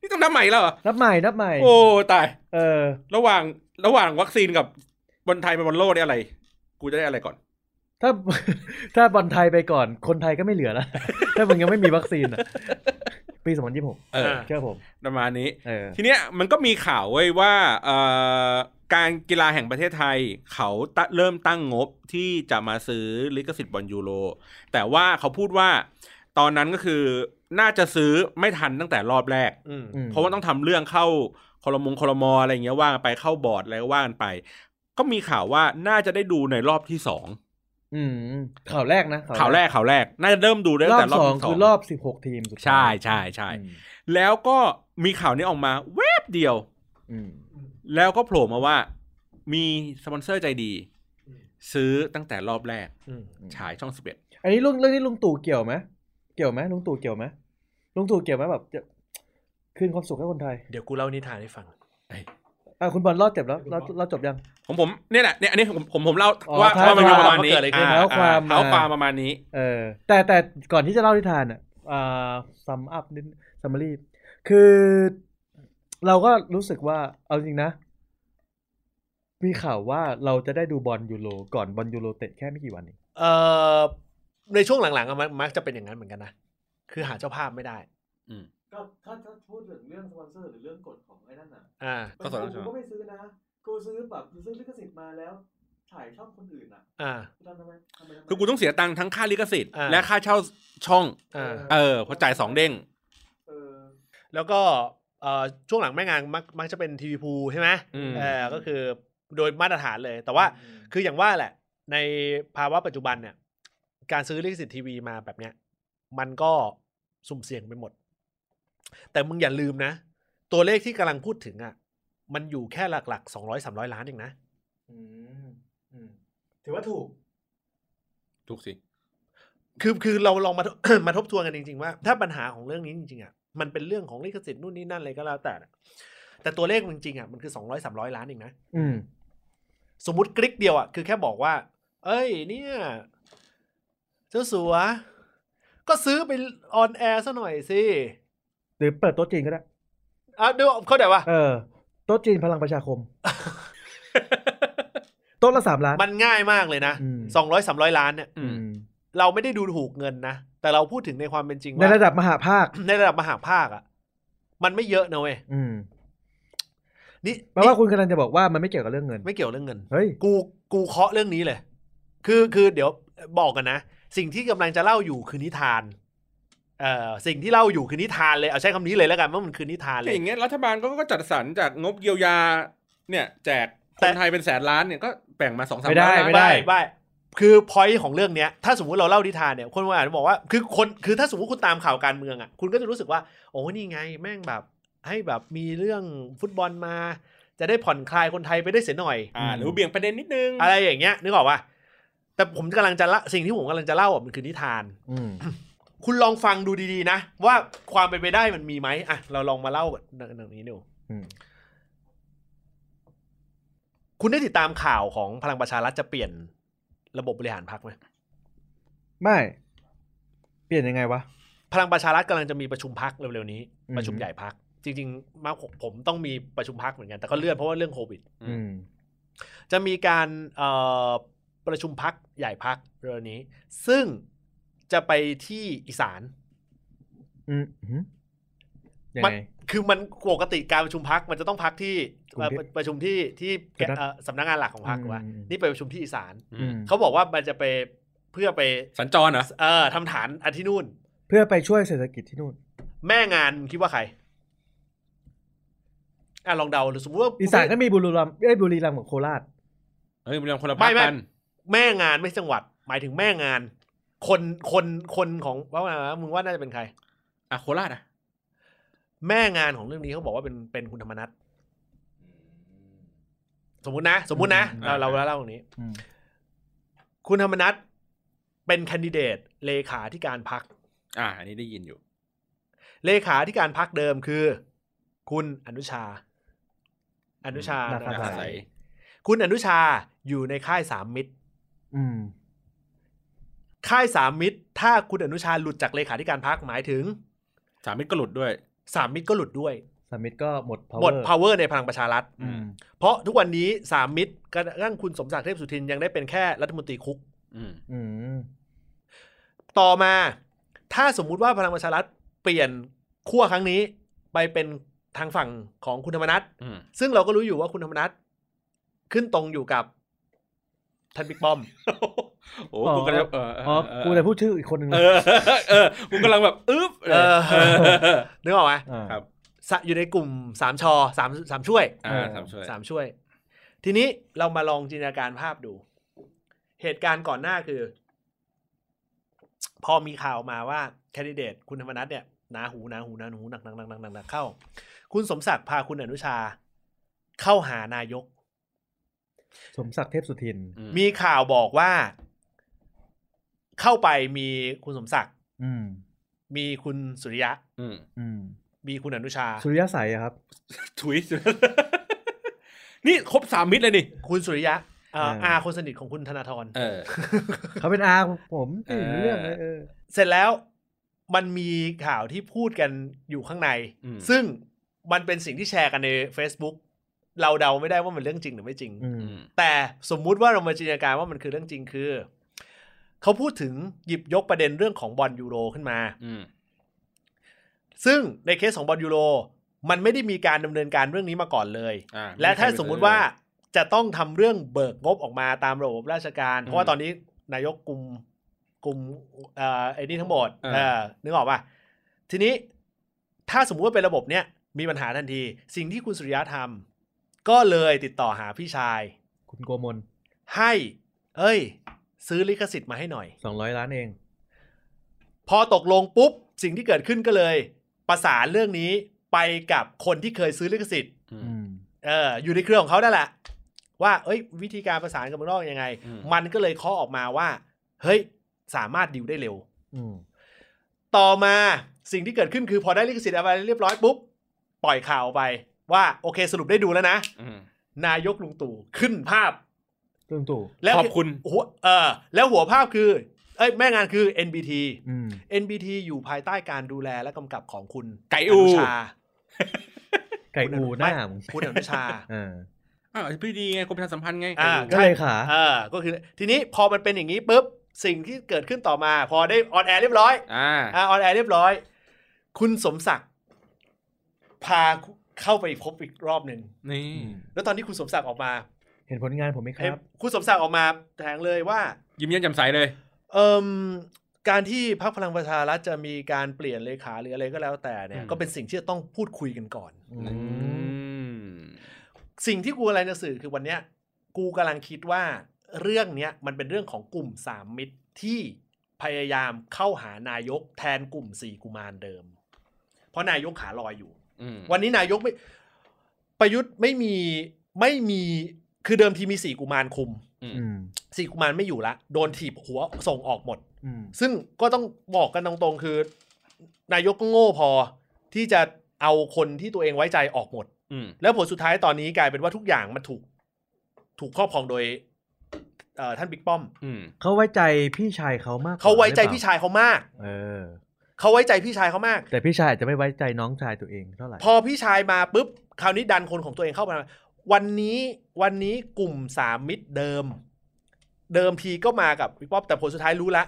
S3: นี่ต้องนับใหม่อีกแล้วเหรอ
S2: นับใหม่นับใหม่
S3: โอ้ตาย
S2: เออ
S3: ระหว่างระหว่างวัคซีนกับบอลไทยเป็นบอลโลกได้อะไร กูจะได้อะไรก่อน
S2: ถ้า ถ้าบอลไทยไปก่อน คนไทยก็ไม่เหลือแล้ว ถ้ามึงยังไม่มีวัคซีนอ่ะ ปีสองพันยี่สิบหก
S3: เออ
S2: เชื่อผม
S3: ประมาณนี้
S2: เออ
S3: ทีเนี้ยมันก็มีข่าวเว้ยว่าเอ่อการกีฬาแห่งประเทศไทย เขาตะเริ่มตั้งงบที่จะมาซื้อลิขสิทธิ์บอลยูโรแต่ว่าเขาพูดว่าตอนนั้นก็คือน่าจะซื้อไม่ทันตั้งแต่รอบแรก
S1: อืม
S2: อืม
S3: เพราะว่าต้องทำเรื่องเข้าคอรมงคอรมออะไรอย่างเงี้ยว่างไปเข้าบอร์ดอะไรก็ว่างไป ก็มีข่าวว่าน่าจะได้ดูในรอบที่สอง
S2: อืมข่าวแรกนะ
S3: ข่าวแรกข่าวแรก น่าจะเริ่มดูได้
S2: ร
S3: ตั้
S2: องบ
S3: แต่รอ
S2: ส
S3: บ
S2: อง
S3: ที่สอ
S2: คือง รอบสิบหกทีมสุดท้าย
S3: ใช่ใช่ใช่
S2: อืม
S3: แล้วก็มีข่าวนี้ออกมาแวบเดียว
S2: อืม
S3: แล้วก็โผล่มาว่ามีสปอนเซอร์ใจดี ซื้อตั้งแต่รอบแรก
S1: อืม
S3: ฉายช่องสิบเอ็ด
S2: อันนี้ลุงเรื่องนี้ลุงตู่เกี่ยวไหมเกี่ยวไหมลุงตู่เกี่ยวไหมลุงตู่เกี่ยวไหมแบบจะคืนความสุขให้คนไทย
S1: เดี๋ยวกูเล่านิทานให้ฟัง
S2: อ่ะคุณบอลรอดเจ็บแล้วรอดรอดจบยัง
S3: ของผมเนี่ยแหละเนี่ยอันนี้ผมผมผมเล่า
S2: อ๋อ
S3: ว่า
S2: ครับ
S3: ว่ามัน
S2: ครับ
S3: ประมาณนี้
S1: ว่าเกิดอะไรขึ้น
S3: อ่
S2: เท้าความ
S3: อ่
S2: มา
S3: เท้าความประมาณนี้
S2: เออแต่แต่ก่อนที่จะเล่านิทานอ่ะซัมอัพนิดซัมมารีคือเราก็รู้สึกว่าเอาจริงนะ มีข่าวว่าเราจะได้ดูบอลยูโรก่อนบอลยูโรเตะแค่ไม่กี่วันเอง
S1: เอ่อในช่วงหลังๆอะมันมักจะเป็นอย่างนั้นเหมือนกันนะ คือหาเจ้าภาพไม่ได้
S3: อืม
S4: ก็ถ้าถ้าพูดถึงเรื่องสปอนเซอร์หรือเรื่องกฎของไอ้นั่นน่ะ
S1: อ่า
S3: ก็สนใจ
S4: กูก็ไม่ซื้อนะ กูซื้อแบบซื้อลิขสิทธิ์มาแล้ว ถ่ายช่องคนอื่นอ่ะ
S1: อ่า
S4: กูทำทำไมทำไมทำไม
S3: คือกูต้องเสียตังค์ทั้งค่าลิขสิทธิ์
S1: อ่า
S3: และค่าเช่าช่อง
S1: อ่า
S3: เออเพอจ่ายสองเด้ง
S4: เออ
S1: แล้วก็เอ่อช่วงหลังแม่งานมักมักจะเป็นทีวีพูใช่ไหม
S3: อืม
S1: เออก็คือโดยมาตรฐานเลย แต่ว่าคืออย่างว่าแหละ ในภาวะปัจจุบันเนี่ย การซื้อลิขสิทธิ์ทีวีมาแบบเนี้ย มันก็สุ่มเสี่ยงไปหมด แต่มึงอย่าลืมนะ ตัวเลขที่กำลังพูดถึงอ่ะ มันอยู่แค่หลักๆสองร้อยสามร้อยล้านเองนะ
S2: อืมอืมถือว่าถูก
S3: ถูกสิ
S1: คือคือเราลองมาทบ มาทบทวนกันจริงๆว่า ถ้าปัญหาของเรื่องนี้จริงๆอ่ะมันเป็นเรื่องของลิขสิทธิ์นู่นนี่นั่นอะไรก็แล้วแต่นะแต่ตัวเลขจริงๆอ่ะมันคือสองร้อยสามร้อยล้านเองนะ
S2: อืม
S1: สมมติคลิกเดียวอ่ะคือแค่บอกว่า เอ้ย เนี่ย เจ้าสัว ก็ซื้อไปออนแอร์ซะหน่อยสิ
S2: หรือเปิดโต๊ะจีนก็ได้
S1: อ่ะเดี๋ยวเข้าใจ ว่า
S2: เออ โต๊ะจีนพลังประชาคม โต๊ะละสามล้าน
S1: มันง่ายมากเลยนะ
S2: อืม
S1: สองร้อยสามร้อยล้านเนี่ย
S3: อืม
S2: อืม
S1: เราไม่ได้ดูถูกเงินนะ แต่เราพูดถึงในความเป็นจริง
S2: ใน
S1: ว่า
S2: ระดับมหาภาค
S1: ในระดับมหาภาคอ่ะ มันไม่เยอะนะเว้ย
S2: อืม
S1: นี่
S2: แปลว่าคุณกำลังจะบอกว่ามันไม่เกี่ยวกับเรื่องเงิน
S1: ไม่เกี่ยวเรื่องเงิน
S2: เฮ้ย
S1: กูกูเคาะเรื่องนี้เลย คือคือเดี๋ยวบอกกันนะ สิ่งที่กำลังจะเล่าอยู่คือนิทาน เอ่อสิ่งที่เล่าอยู่คือนิทานเลย เอาใช้คำนี้เลยแล้วกันว่ามันคือนิทานเล
S3: แต่
S1: ย
S3: อย่างเงี้ยรัฐบาลก็ก็จัดสรรจากงบเยียวยา เนี่ย แจกค
S1: แต่
S3: นไทยเป็นแสนล้านเนี่ยก็แบ่งมาสองสาม
S2: ไม่ได้
S3: ล้าน
S2: ไม่
S3: นะ
S2: ได้
S1: ไม่คือพอยต์ของเรื่องเนี้ย ถ้าสมมติเราเล่านิทานเนี่ย คนอาจจะบอกว่า คือคน คือถ้าสมมติคุณตามข่าวการเมืองอ่ะ คุณก็จะรู้สึกว่า โอ้นี่ไง แม่งแบบ ให้แบบมีเรื่องฟุตบอลมา จะได้ผ่อนคลายคนไทยไปได้เสียหน่อย
S3: อ่าหรือเบี่ยงประเด็นนิดนึง
S1: อะไรอย่างเงี้ย นึกออกปะแต่ผมกำลังจะละสิ่งที่ผมกำลังจะเล่าอ่ะมันคือนิทาน
S2: อืม
S1: คุณลองฟังดูดีๆนะ ว่าความเป็นไปได้มันมีไหมอ่ะ เราลองมาเล่าแบบนี้ดู
S2: อืม
S1: คุณได้ติดตามข่าวของพลังประชารัฐจะเปลี่ยนระบบบริหารพรรคไหม
S2: ไม่ เปลี่ยนยังไงวะ
S1: พลังประชารัฐกำลังจะมีประชุมพักเร็วๆนี้
S2: อืม
S1: ประชุมใหญ่พัก จริงๆมาผมผมต้องมีประชุมพักเหมือนกันแต่ก็เลื่อนเพราะว่าเรื่องโควิด
S2: อืม
S1: จะมีการเอ่อประชุมพักใหญ่พักเร็วๆนี้ ซึ่งจะไปที่อีสาน
S2: อืมอืมยัง
S1: มัน
S2: ไง
S1: คือมันปกติการประชุมพักมันจะต้องพักที่
S2: กรุงเทพ
S1: เอ่อประชุมที่ที่แก
S2: สำนัก
S1: เอ่อสำนักงานหลักของพัก
S2: อืม
S1: ว่า
S2: อืม
S1: นี่ไปประชุมที่อีสาน
S3: อืม
S1: เขาบอกว่ามันจะไปเพื่อไป
S3: สัญจรเหรอ
S1: เอ่อทำฐานอันที่นู่น
S2: เพื่อไปช่วยเศรษฐกิจที่นู่น
S1: แม่งานคิดว่าใครอ่ะลองเดาหรือสมมติว่า
S2: อีสานก็มีบุรีรัมย์เอ้ยบุรีรัมย์กับโคราช
S3: เฮ้ยมันยังคนละภาคกัน
S1: แม่งานไม่ใช่จังหวัด หมายถึงแม่งาน คนคนคนของว่าไงนะมึงว่าน่าจะเป็นใคร
S3: อ่ะโคราชอ่ะ
S1: แม่งานของเรื่องนี้เขาบอกว่าเป็นเป็นคุณธรรมนัทสมมตินะ สมมตินะ
S2: อืม
S1: เราเราเราเล่าตรงนี้
S2: อืม
S1: คุณธรรมนัทเป็นแคนดิเดตเลขาธิการพัก
S3: อ่าอันนี้ได้ยินอยู่
S1: เลขาธิการพักเดิมคือ คุณอนุชา อนุชา
S2: อืมนาคา
S1: ใส
S2: ไส
S1: คุณอนุชาอยู่ในค่ายสามมิตร
S2: อืม
S1: ค่ายสามมิตร ถ้าคุณอนุชาหลุดจากเลขาธิการพักหมายถึง
S3: สามมิตรก็หลุดด้วย
S1: สามมิตรก็หลุดด้วย
S2: สมิธก็หมด power
S1: หมด power ในพลังประชารัฐ
S2: อืม
S1: เพราะทุกวันนี้สามมิตรกระทั่งคุณสมศักดิ์เทพสุทินยังได้เป็นแค่รัฐมนตรีคุก
S3: อืม
S2: อืม
S1: ต่อมา ถ้าสมมุติว่าพลังประชารัฐเปลี่ยนขั้วครั้งนี้ ไปเป็นทางฝั่งของคุณธรรมนัฐ
S3: อืม
S1: ซึ่งเราก็รู้อยู่ว่าคุณธรรมนัฐขึ้นตรงอยู่กับท่านบิ๊กป้อม
S3: โอ้กูกำลังเออ
S2: อ๋อ กูเลยพูดชื่ออีกคนหนึ่ง
S3: เอ
S2: นะ
S3: อเออกูกำลังแบบอึ๊บ
S1: เออ
S3: เออ
S1: นึกออกไหมา
S3: ครับ
S1: สะอยู่ในกลุ่มสามชอสามสามช่วย
S3: อ่าสามช่วย
S1: สามช่วย ทีนี้เรามาลองจินตนาการภาพดู เหตุการณ์ก่อนหน้าคือ พอมีข่าวมาว่าแคนดิเดตคุณธรรมนัฐเนี่ยหนาหูหนาหูหนาหูหนักหนักหนักหนักหนักหนักเข้า คุณสมศักดิ์พาคุณอนุชา เข้าหานายก
S2: สมศักดิ์เทพสุทิน
S3: อื
S1: มีข่าวบอกว่า เข้าไปมีคุณสมศักดิ์
S2: อืม
S1: มีคุณสุริยะ
S3: อืม
S2: อืม
S1: มีคุณอนุชา
S2: สุริยะใสอะครับ
S3: ถุย นี่ครบสามมิตรเลยนี่
S1: คุณสุริยะเอ่อ
S2: เออ
S1: อาคนสนิทของคุณธนาธร
S3: เออ
S2: เขาเป็นอาผมไม่เห็นเรื่องเลยเออ
S1: เสร็จแล้วมันมีข่าวที่พูดกันอยู่ข้างใน
S3: อืม
S1: ซึ่งมันเป็นสิ่งที่แชร์กันใน Facebook เราเดาไม่ได้ว่ามันเรื่องจริงหรือไม่จริง
S2: อืม
S3: อืม
S1: แต่สมมุติว่าเรามาจินตนาการว่ามันคือเรื่องจริงคือ เขาพูดถึงหยิบยกประเด็นเรื่องของบอลยูโรขึ้นมา
S3: อืม
S1: ซึ่งในเคสของบอลยูโรมันไม่ได้มีการดำเนินการเรื่องนี้มาก่อนเลย
S3: อ่า
S1: และถ้า
S3: ไใคร
S1: สมมุติ
S3: ไป
S1: ว่าจะต้องทำเรื่องเบิกงบออกมาตามระบบราชการ เพราะว่าตอนนี้นายกกลุ่มกลุ่มเอ่อไอ้นี่ทั้งหมด
S3: อ่า
S1: เออนึกออกป่ะทีนี้ถ้าสมมุติว่าเป็นระบบเนี้ยมีปัญหาทันที สิ่งที่คุณสุริยะทำก็เลยติดต่อหาพี่ชาย
S2: คุณโกมล
S1: ให้ เอ้ย ซื้อลิขสิทธิ์มาให้หน่อย
S2: สองร้อยล้านเอง
S1: พอตกลงปุ๊บ สิ่งที่เกิดขึ้นก็เลย ประสานเรื่องนี้ไปกับคนที่เคยซื้อลิขสิทธิ์
S3: อื
S2: อื
S3: ม
S2: ม
S1: เอออยู่ในเครือของเขานั่นแหละ ว่า เอ้ย วิธีการประสานกับเมืองนอกยังไง
S3: อืม
S1: มันก็เลยเคาะออกมาว่า เฮ้ย สามารถดิวได้เร็ว
S2: อืม
S1: ต่อมาสิ่งที่เกิดขึ้นคือพอได้ลิขสิทธิ์อะไรเรียบร้อยปุ๊บ ปล่อยข่าวไปว่าโอเคสรุปได้ดูแล้วนะ
S3: อืม
S1: นายกลุงตู่ขึ้นภาพ
S2: เรื่องตู่
S1: แล้ว
S3: ขอบคุณ
S1: หัวเออแล้วหัวภาพคือ เอ้ย แม่งานคือ NBT
S2: อืม
S1: NBT อยู่ภายใต้การดูแลและกำกับของคุณ
S3: ไก่อู
S1: นุชา
S2: ไก่อูหน้ามึง
S1: คุณอนุชา
S2: เออ
S3: อ่าพี่ดีไงกรมประชาสัมพันธ์ไง
S1: อ่า
S2: ก็เลยขา
S1: เออก็คือทีนี้พอมันเป็นอย่างนี้ปุ๊บ สิ่งที่เกิดขึ้นต่อมา พอได้ออนแอร์เรียบร้อย
S3: อ่า
S1: อ่าออนแอร์เรียบร้อย คุณสมศักดิ์พาเข้าไปพบอีกรอบหนึ่ง
S3: นี่
S1: แล้วตอนที่คุณสมศักดิ์ออกมา
S2: เห็นผลงานผมไหมค
S1: เห็น
S2: รับ
S1: คุณสมศักดิ์ออกมาแถลงเลยว่า
S3: ยิ้มแย้มแจ่มใสเลย
S1: เอ่มการที่พรรคพลังประชารัฐจะมีการเปลี่ยนเลขาหรืออะไรก็แล้วแต่เนี่ย
S3: อืม
S1: ก็เป็นสิ่งที่จะต้องพูดคุยกันก่อน
S2: อื
S3: อื
S2: ม
S3: ม
S1: สิ่งที่กูอะไรจะสื่อคือวันเนี้ย กูกำลังคิดว่าเรื่องเนี้ยมันเป็นเรื่องของกลุ่มสามมิตรที่พยายามเข้าหานายกแทนกลุ่มสี่กุมารเดิม เพราะนายกขาลอยอยู่
S3: อืม
S1: วันนี้นายกไม่ประยุทธ์ไม่มีไม่มีคือเดิมทีมีสี่กุมารคุม
S2: อืม
S1: สี่กุมารไม่อยู่ละโดนถีบหัวส่งออกหมด
S2: อืม
S1: ซึ่งก็ต้องบอกกันตรงๆคือ นายกก็โง่พอที่จะเอาคนที่ตัวเองไว้ใจออกหมด
S3: อืม
S1: แล้วผลสุดท้ายตอนนี้กลายเป็นว่าทุกอย่างมันถูก ถูกครอบครองโดยเอ่อท่านบิ๊กป้อม
S3: อืม
S2: เขาไว้ใจพี่ชายเขามากก
S1: เขาไว้ใจพี่
S2: หรือเปล่
S1: ชายเขามาก
S2: เออ
S1: เขาไว้ใจพี่ชายเขามาก
S2: แต่พี่ชายอาจจะไม่ไว้ใจน้องชายตัวเองเท่าไหร่
S1: พอพี่ชายมาปุ๊บ คราวนี้ดันคนของตัวเองเข้ามา วันนี้วันนี้กลุ่มสามมิตรเดิม เดิมทีก็มากับบิ๊กป้อมแต่ผลสุดท้ายรู้ละ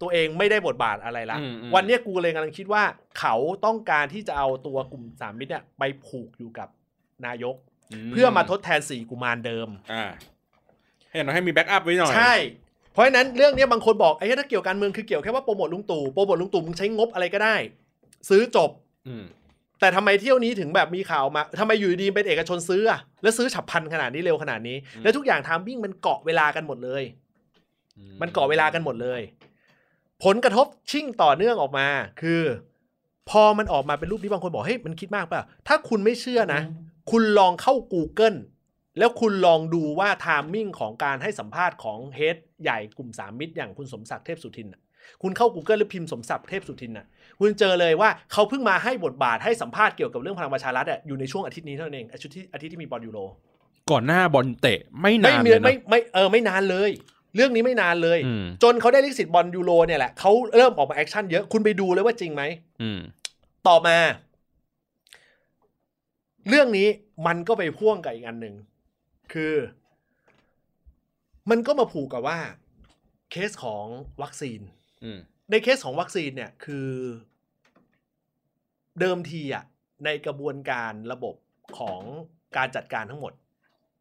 S1: ตัวเองไม่ได้บทบาทอะไรละ
S3: อืมอืม
S1: วันเนี้ยกูเลยกำลังคิดว่า เขาต้องการที่จะเอาตัวกลุ่มสามมิตรเนี่ยไปผูกอยู่กับนายก เพื่อมาทดแทนสี่กุมารเดิม
S3: อ่าให้อย่างน้อยให้มีแบ็กอัพไว้หน่อย
S1: ใช่ เพราะฉะนั้นเรื่องเนี้ยบางคนบอกไอ้ถ้าเกี่ยวกับการเมืองคือเกี่ยวแค่ว่าโปรโมทลุงตู่โปรโมทลุงตู่มึงใช้งบอะไรก็ได้ ซื้อจบ
S3: อืม
S1: แต่ทำไมเที่ยวนี้ถึงแบบมีข่าวมาทำไมอยู่ดีๆเป็นเอกชนซื้ออะแล้วซื้อฉับพลันขนาดนี้เร็วขนาดนี้ แล้วทุกอย่างไทามมิ่งมันเกาะเวลากันหมดเลย มันเกาะเวลากันหมดเลย ผลกระทบชิ่งต่อเนื่องออกมา คือ พอมันออกมาเป็นรูปนี้บางคนบอกเฮ้ยมันคิดมากเปล่าถ้าคุณไม่เชื่อนะ คุณลองเข้า Google แล้วคุณลองดูว่าไทามมิ่งของการให้สัมภาษณ์ของเฮดใหญ่กลุ่มสามมิตรอย่างคุณสมศักดิ์เทพสุทินน่ะคุณเข้า Google หรือพิมพ์สมศักดิ์เทพสุทินน่ะ คุณเจอเลยว่าเขาเพิ่งมาให้บทบาทให้สัมภาษณ์เกี่ยวกับเรื่องพลังประชารัฐอะอยู่ในช่วงอาทิตย์นี้เท่านั้นเองอาทิตย์ที่อาทิตย์ที่มีบอลยูโร
S3: ก่อนหน้าบอลเตะไม่
S1: ไม่
S3: นาน
S1: เม
S3: เลยนะ
S1: ไม่ไม่เออไม่นานเลย เรื่องนี้ไม่นานเลย
S3: อืม
S1: จนเขาได้ลิขสิทธิ์บอลยูโรเนี่ยแหละเขาเริ่มออกมาแอคชั่นเยอะคุณไปดูเลยว่าจริงไหม
S3: อืม
S1: ต่อมา เรื่องนี้มันก็ไปพ่วงกับอีกอันหนึ่ง คือ มันก็มาผูกกับว่า เคสของวัคซีน
S3: อืม
S1: ในเคสของวัคซีนเนี่ยคือ เดิมทีอะในกระบวนการระบบของการจัดการทั้งหมด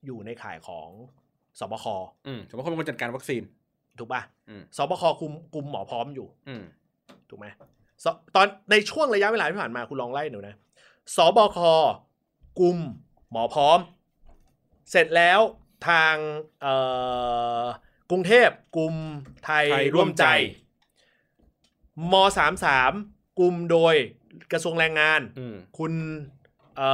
S1: อยู่ในข่ายของสบค
S3: อืมแต่ว่าเขาเป็นคนจัดการวัคซีน
S1: ถูกป่ะ
S3: อืม
S1: สบคคุมคุมหมอพร้อมอยู่
S3: อืม
S1: ถูกไหมสตอนในช่วงระยะเวลาที่ผ่านมาคุณลองไล่หนูนะ สบคกลุ่มหมอพร้อม เสร็จแล้วทางเอ่อกรุงเทพกลุ่มไทย
S3: ไทยร่
S1: ร่
S3: ว
S1: ว
S3: ม
S1: ม
S3: ใจ
S1: ใจม33กลุ่มโดยกระทรวงแรงงาน
S3: อืม
S1: คุณเอ่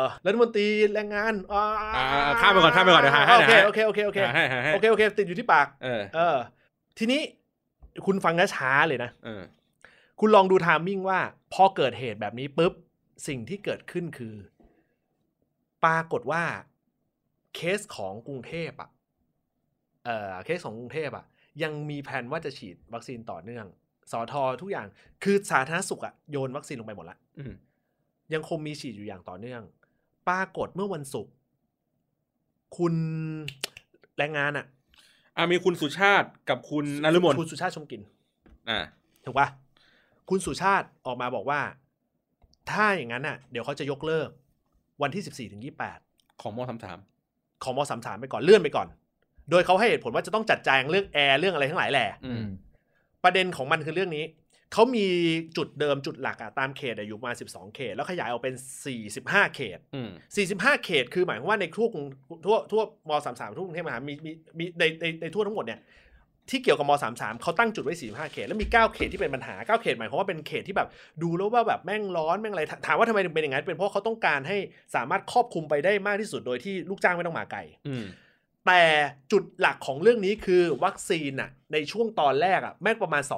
S1: อรัฐมนตรีแรงงานอ่า
S3: อ่าข้ามไปก่อนข้ามไปก่อนเดี๋ยวหาให้
S1: โอ
S3: นะ
S1: เค
S3: ฮะ
S1: โอเคโอเคโอเค
S3: หาให้หาให้
S1: โอเคโอเคติดอยู่ที่ปาก
S3: เออ
S1: เออ ทีนี้คุณฟังช้าๆเลยนะ
S3: เออ
S1: คุณลองดูไทามมิ่งว่า พอเกิดเหตุแบบนี้ปุ๊บ สิ่งที่เกิดขึ้นคือ ปรากฏว่าเคสของกรุงเทพอะเอ่อเคสของกรุงเทพอะยังมีแผนว่าจะฉีดวัคซีนต่อเนื่อง สอทอทุกอย่าง คือสาธารณสุขอะโยนวัคซีนลงไปหมดละ
S3: อืม
S1: ยังคงมีฉีดอยู่อย่างต่อเนื่อง ปรากฏเมื่อวันศุกร์คุณแรงงานอะ
S3: อ่ามีคุณสุชาติกับคุณนฤมล
S1: คุณสุชาติชมกลิน
S3: อ่า
S1: ถูกปะคุณสุชาติออกมาบอกว่า ถ้าอย่างนั้นอ่ะ เดี๋ยวเขาจะยกเลิก วันที่สิบสี่ถึงยี่แปด
S3: ของมอสามสาม
S1: ของมสามสามไปก่อนเลื่อนไปก่อน โดยเขาให้เหตุผลว่าจะต้องจัดแจงเรื่องแอร์เรื่องอะไรทั้งหลายแหละ
S3: อืม
S1: ประเด็นของมันคือเรื่องนี้ เขามีจุดเดิมจุดหลักอะตามเขตอะอยู่ประมาณ12 เขต แล้วขยายออกเป็น 45 เขต
S3: อืม
S1: 45 เขต คือหมายความว่าในทั่วกรุงทั่วทั่วม33ทั่วกรุงเทพมหานครมีมีมีในในในทั่วทั้งหมดเนี่ยที่เกี่ยวกับม33เขาตั้งจุดไว้ 45 เขต แล้วมี 9 เขตที่เป็นปัญหา 9 เขตหมายความว่าเป็นเขตที่แบบดูแล้วว่าแบบแม่งร้อนแม่งอะไรถถามว่าทำไมถึงเป็นอย่างนั้นเป็นเพราะเขาต้องการให้สามารถครอบคลุมไปได้มากที่สุดโดยที่ลูกจ้างไม่ต้องมาไกล
S3: อืม
S1: แต่จุดหลักของเรื่องนี้คือวัคซีนอะในช่วงตอนแรกอะแม่งประมาณ 2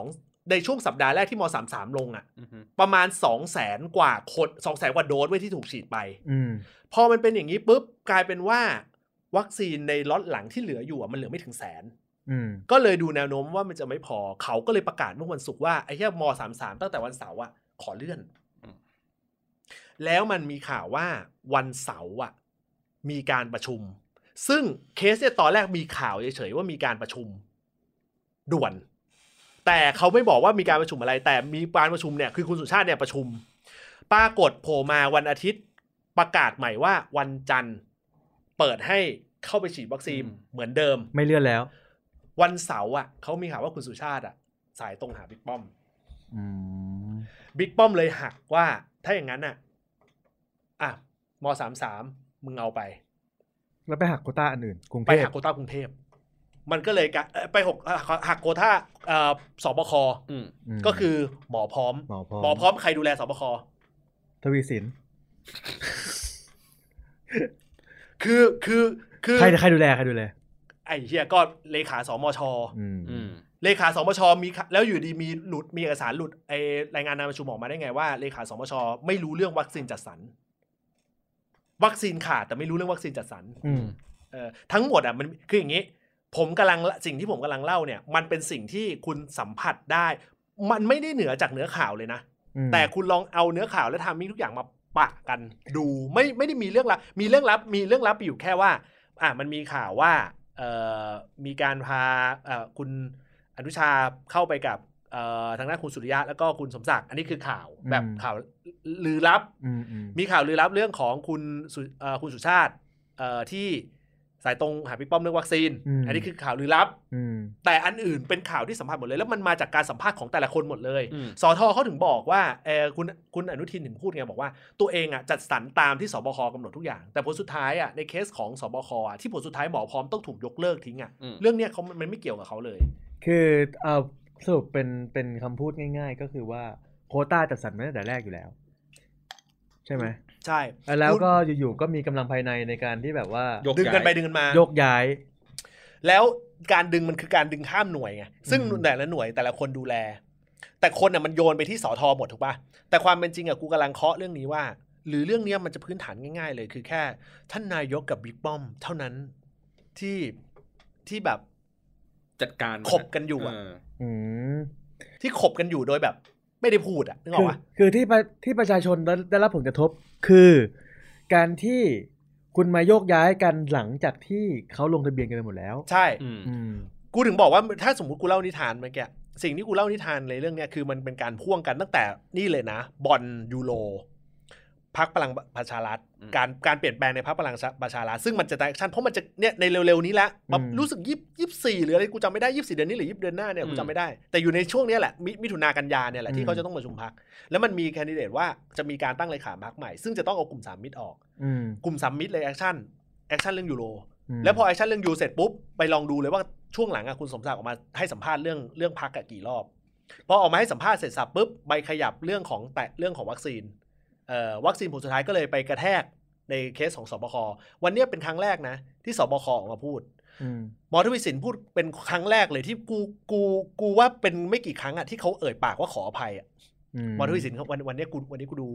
S1: ในช่วงสัปดาห์แรกที่ม33 ลงอะ
S3: อืม
S1: ประมาณ 2 0 0แสนกว่าคน2 0 0แสนกว่าโดสไว้ยที่ถูกฉีดไป
S2: อืม
S1: พอมันเป็นอย่างนี้ปุ๊บ กลายเป็นว่าวัคซีนในล็อตหลังที่เหลืออยู่อะมันเหลือไม่ถึงแสน
S2: อืม
S1: ก็เลยดูแนวโน้มว่ามันจะไม่พอเขาก็เลยประกาศเมื่อวันศุกร์ว่าไอ้ที่ม33 ตั้งแต่วันเสาร์อะขอเลื่อน
S3: อืม
S1: แล้วมันมีข่าวว่าวันเสาร์อะมีการประชุม ซึ่งเคสเนี่ยตอนแรกมีข่าวเฉยๆว่ามีการประชุม ด่วน แต่เขาไม่บอกว่ามีการประชุมอะไร แต่มีการประชุมเนี่ยคือคุณสุชาติเนี่ยประชุม ปรากฏโผล่มาวันอาทิตย์ประกาศใหม่ว่าวันจันทร์เปิดให้เข้าไปฉีดวัคซีน
S3: อืม
S1: เหมือนเดิม
S2: ไม่เลื่อนแล้ว
S1: วันเสาร์อ่ะเขามีข่าวว่าคุณสุชาติอ่ะ สายตรงหาบิ๊กป้อม
S2: อืม
S1: บิ๊กป้อมเลยหักว่า ถ้าอย่างนั้นอ่ะ อ่ะมสามสามมึงเอาไป
S2: แล้วไปหักโควต้าอันอื่นกรุง
S1: ไป
S2: เทพ
S1: หักโควต้ากรุงเทพ มันก็เลยกะเอ่อไปหกหักหักโควต้าเอ่อสบค
S3: อืม
S2: ม
S1: ก็คือหมอพร้อม
S2: หมอพร้อม
S1: หมอพร้อมใครดูแลสบค
S2: ทวีสิน
S1: คือคือคือ
S2: ใครใครดูแลใครดูแล
S1: ไอ้เฮียก็เลขาสมช
S2: อืม
S3: อืม
S1: เลขาสมชมีข่าแล้วอยู่ดีมีหลุดมีเอกสารหลุดไอรายงานการประชุมออกมาได้ไงว่าเลขาสมชไม่รู้เรื่องวัคซีนจัดสรรวัคซีนขาดแต่ไม่รู้เรื่องวัคซีนจัดสรร
S2: อืม
S1: เออทั้งหมดอ่ะมันคืออย่างนี้ ผมกำลังสิ่งที่ผมกำลังเล่าเนี่ย มันเป็นสิ่งที่คุณสัมผัสได้ มันไม่ได้เหนือจากเนื้อข่าวเลยนะ
S2: อืม
S1: แต่คุณลองเอาเนื้อข่าวและไทำมิ่งทุกอย่างมาปะกัน ดูไม่ไม่ได้มีเรื่องลับมีเรื่องลับมีเรื่องลับอยู่แค่ว่า อ่ะมันมีข่าวว่าเอ่อมีการพาเอ่อคุณอนุชาเข้าไปกับเอ่อทางด้านคุณสุริยะแล้วก็คุณสมศักดิ์อันนี้คือข่าวแบบข่าวลือลับ
S2: อืมอืม
S1: มีข่าวลือลับเรื่องของคุณสุเอ่อคุณสุชาติเอ่อที่สายตรงหาพี่ป้อมเรื่องวัคซีน อันนี้คือข่าวลือลับ
S2: อืม
S1: แต่อันอื่นเป็นข่าวที่สัมภาษณ์หมดเลย แล้วมันมาจากการสัมภาษณ์ของแต่ละคนหมดเลย
S3: อืม
S1: สอทอเขาถึงบอกว่าเออคุณคุณอนุทินถึงพูดไงบอกว่าตัวเองอ่ะจัดสรรตามที่สบคกำหนดทุกอย่าง แต่ผลสุดท้ายอ่ะในเคสของสบคอ่ะที่ผลสุดท้ายหมอพร้อมต้องถูกยกเลิกทิ้งอ่ะ
S3: อืม
S1: เรื่องเนี้ยเขามันไม่เกี่ยวกับเขาเลย
S2: คือเอาสรุปเป็นเป็นคำพูดง่าย ๆ ก็คือว่าโควต้าจัดสรรมาตั้งแต่แรกอยู่แล้ว ใช่ไหม
S1: ใช่
S2: แล้วก็อยู่ๆก็มีกำลังภายในในการที่แบบว่าย
S3: ก
S1: ดึงกันไป
S3: ย้าย
S1: ดึงกันมา
S2: โยกย้าย
S1: แล้วการดึงมันคือการดึงข้ามหน่วยไงซึ่ง
S2: อืม
S1: แต่ละหน่วยแต่ละคนดูแล แต่คนน่ะมันโยนไปที่สอทอหมดถูกปะแต่ความเป็นจริงอ่ะกูกำลังเคาะเรื่องนี้ว่า หรือเรื่องเนี้ยมันจะพื้นฐานง่าย ๆ เลยคือแค่ ท่านนายกกับบิ๊กป้อม เท่านั้นที่ที่แบบ
S3: จัดการ
S1: ขบกันอยู่อ่ะ
S3: เออ
S2: อืม
S1: ที่ขบกันอยู่โดยแบบ ไม่ได้พูดอ่ะนึกออก
S2: คือ
S1: ปะ
S2: คือที่ประที่ประชาชนได้ได้รับผลกระทบคือการที่คุณมาโยกย้ายกันหลังจากที่เขาลงทะเบียนกันไปหมดแล้ว
S1: ใช่
S3: อืม
S2: อืม
S1: กูถึงบอกว่าถ้าสมมติกูเล่านิทานเมื่อกี้สิ่งที่กูเล่านิทานในเรื่องเนี้ยคือมันเป็นการพ่วงกันตั้งแต่นี่เลยนะ บอลยูโรพักพลังประชารัฐ
S3: อืม
S1: การการเปลี่ยนแปลงในพักพลังประชารัฐซึ่งมันจะแอคชั่นเพราะมันจะเนี่ยในเร็วๆนี้แหละแบบ
S2: อืม
S1: รู้สึกยี่ยี่สี่หรืออะไรกูจำไม่ได้ยี่สี่เดือนนี้หรือยี่เดือนหน้าเนี่ยกูจำไม่ได้ แต่อยู่ในช่วงเนี้ยแหละมิมิถุนากันยาเนี่ยแหละที่เขาจะต้องประชุมพักแล้วมันมีแคนดิเดตว่าจะมีการตั้งเลขาพักใหม่ ซึ่งจะต้องเอากลุ่มสามมิตรออก
S2: อืม
S1: กลุ่มสามมิตรเลยแอคชั่นแอคชั่นเรื่องยูโร
S2: ม
S1: แล้วพอแอคชั่นเรื่องยูเสร็จปุ๊บ ไปลองดูเลยว่าช่วงหลังอะคุณสมศักดิ์ออกมาให้สัมภาษณ์เรื่องเรื่องพักอะกี่รอบ พอออกมาให้สัมภาษณ์เสร็จสับปุ๊บใบขยับเรื่องของแตะเรื่องของวัคซีนเอ่อวัคซีนผลสุดท้ายก็เลยไปกระแทกในเคสของสบควันเนี้ยเป็นครั้งแรกนะ ที่สบคออกมาพูด
S2: อืม
S1: หมอทวีสินพูดเป็นครั้งแรกเลยที่กูกูกูว่าเป็นไม่กี่ครั้งอะที่เขาเอ่ยปากว่าขออภัยอะหมอทวีสินเขาวันวันเนี้ยกูวันนี้กูดู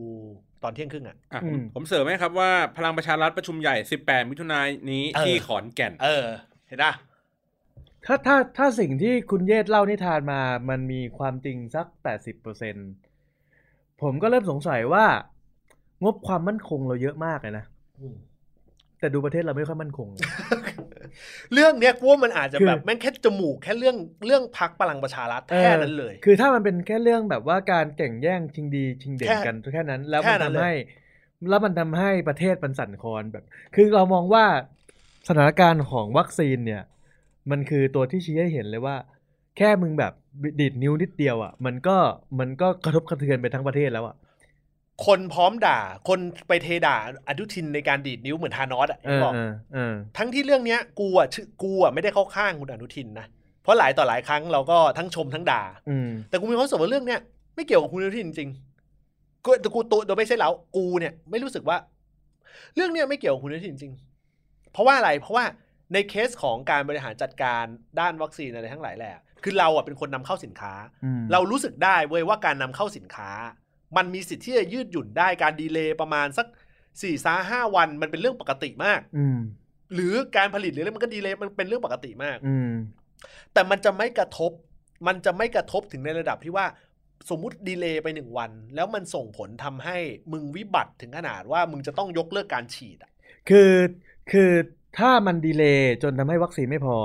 S1: ตอนเที่ยงครึ่งอะ
S3: อ่ะ
S2: อืม
S3: ผมเสริมให้ครับว่าพลังประชารัฐประชุมใหญ่ 18 มิถุนายนนี้
S1: เออ
S3: ที่ขอนแก่น
S1: เออ เห็นปะ
S2: ถ้าถ้าถ้าสิ่งที่คุณเยศเล่านิทานมา มันมีความจริงสักแปดสิบเปอร์เซ็นผมก็เริ่มสงสัยว่า งบความมั่นคงเราเยอะมากเลยนะ แต่ดูประเทศเราไม่ค่อยมั่นคง
S1: เรื่องเนี้ยกูว่ามันอาจจะ
S2: คือ
S1: แบบแม่งแค่จมูกแค่เรื่องเรื่องพักพลังประชารัฐแค่นั้นเลย
S2: คือถ้ามันเป็นแค่เรื่องแบบว่าการแข่งแย่งชิงดีชิงเด่นกันแค่นั้น แล้ว
S1: แค่
S2: มัน
S1: นั้น
S2: ทำ
S1: เลย
S2: ให้ แล้วมันทำให้ประเทศมันสั่นคลอนแบบ คือเรามองว่าสถานการณ์ของวัคซีนเนี่ย มันคือตัวที่ชี้ให้เห็นเลยว่า แค่มึงแบบดีดนิ้วนิดเดียวอ่ะ มันก็มันก็กระทบกระเทือนไปทั้งประเทศแล้วอ่ะ
S1: คนพร้อมด่า คนไปเทด่าอนุทินในการดีดนิ้วเหมือนธานอสอ่ะ
S2: เอ
S1: ที่
S2: อ
S1: บอก
S2: เออเออ
S1: ทั้งที่เรื่องเนี้ยกูอ่ะชื่อกูอ่ะไม่ได้เข้าข้างคุณอนุทินนะเพราะหลายต่อหลายครั้งเราก็ทั้งชมทั้งด่า
S2: อืม
S1: แต่กูมีความรู้สึกว่าเรื่องเนี้ยไม่เกี่ยวกับคุณอนุทินจริงๆกูแต่กูตัวโดยไม่ใช่เรากูเนี่ย ไม่รู้สึกว่า เรื่องเนี้ยไม่เกี่ยวกับคุณอนุทินจริงๆเพราะว่าอะไรเพราะว่าในเคสของการบริหารจัดการด้านวัคซีนอะไรทั้งหลายแหละคือเราอ่ะเป็นคนนำเข้าสินค้า
S2: อืม
S1: เรารู้สึกได้เว้ยว่าการนำเข้าสินค้า มันมีสิทธิ์ที่จะยืดหยุ่นได้การดีเลย์ประมาณสักสี่สาห้าวันมันเป็นเรื่องปกติมาก
S2: อืม
S1: หรือการผลิตหรืออะไรมันก็ดีเลย์มันเป็นเรื่องปกติมาก
S2: อืม
S1: แต่มันจะไม่กระทบ มันจะไม่กระทบถึงในระดับที่ว่า สมมติดีเลย์ไปหนึ่งวัน แล้วมันส่งผลทำให้มึงวิบัติถึงขนาดว่ามึงจะต้องยกเลิกการฉีดอะ
S2: คือคือถ้ามันดีเลย์จนทำให้วัคซีนไม่พอ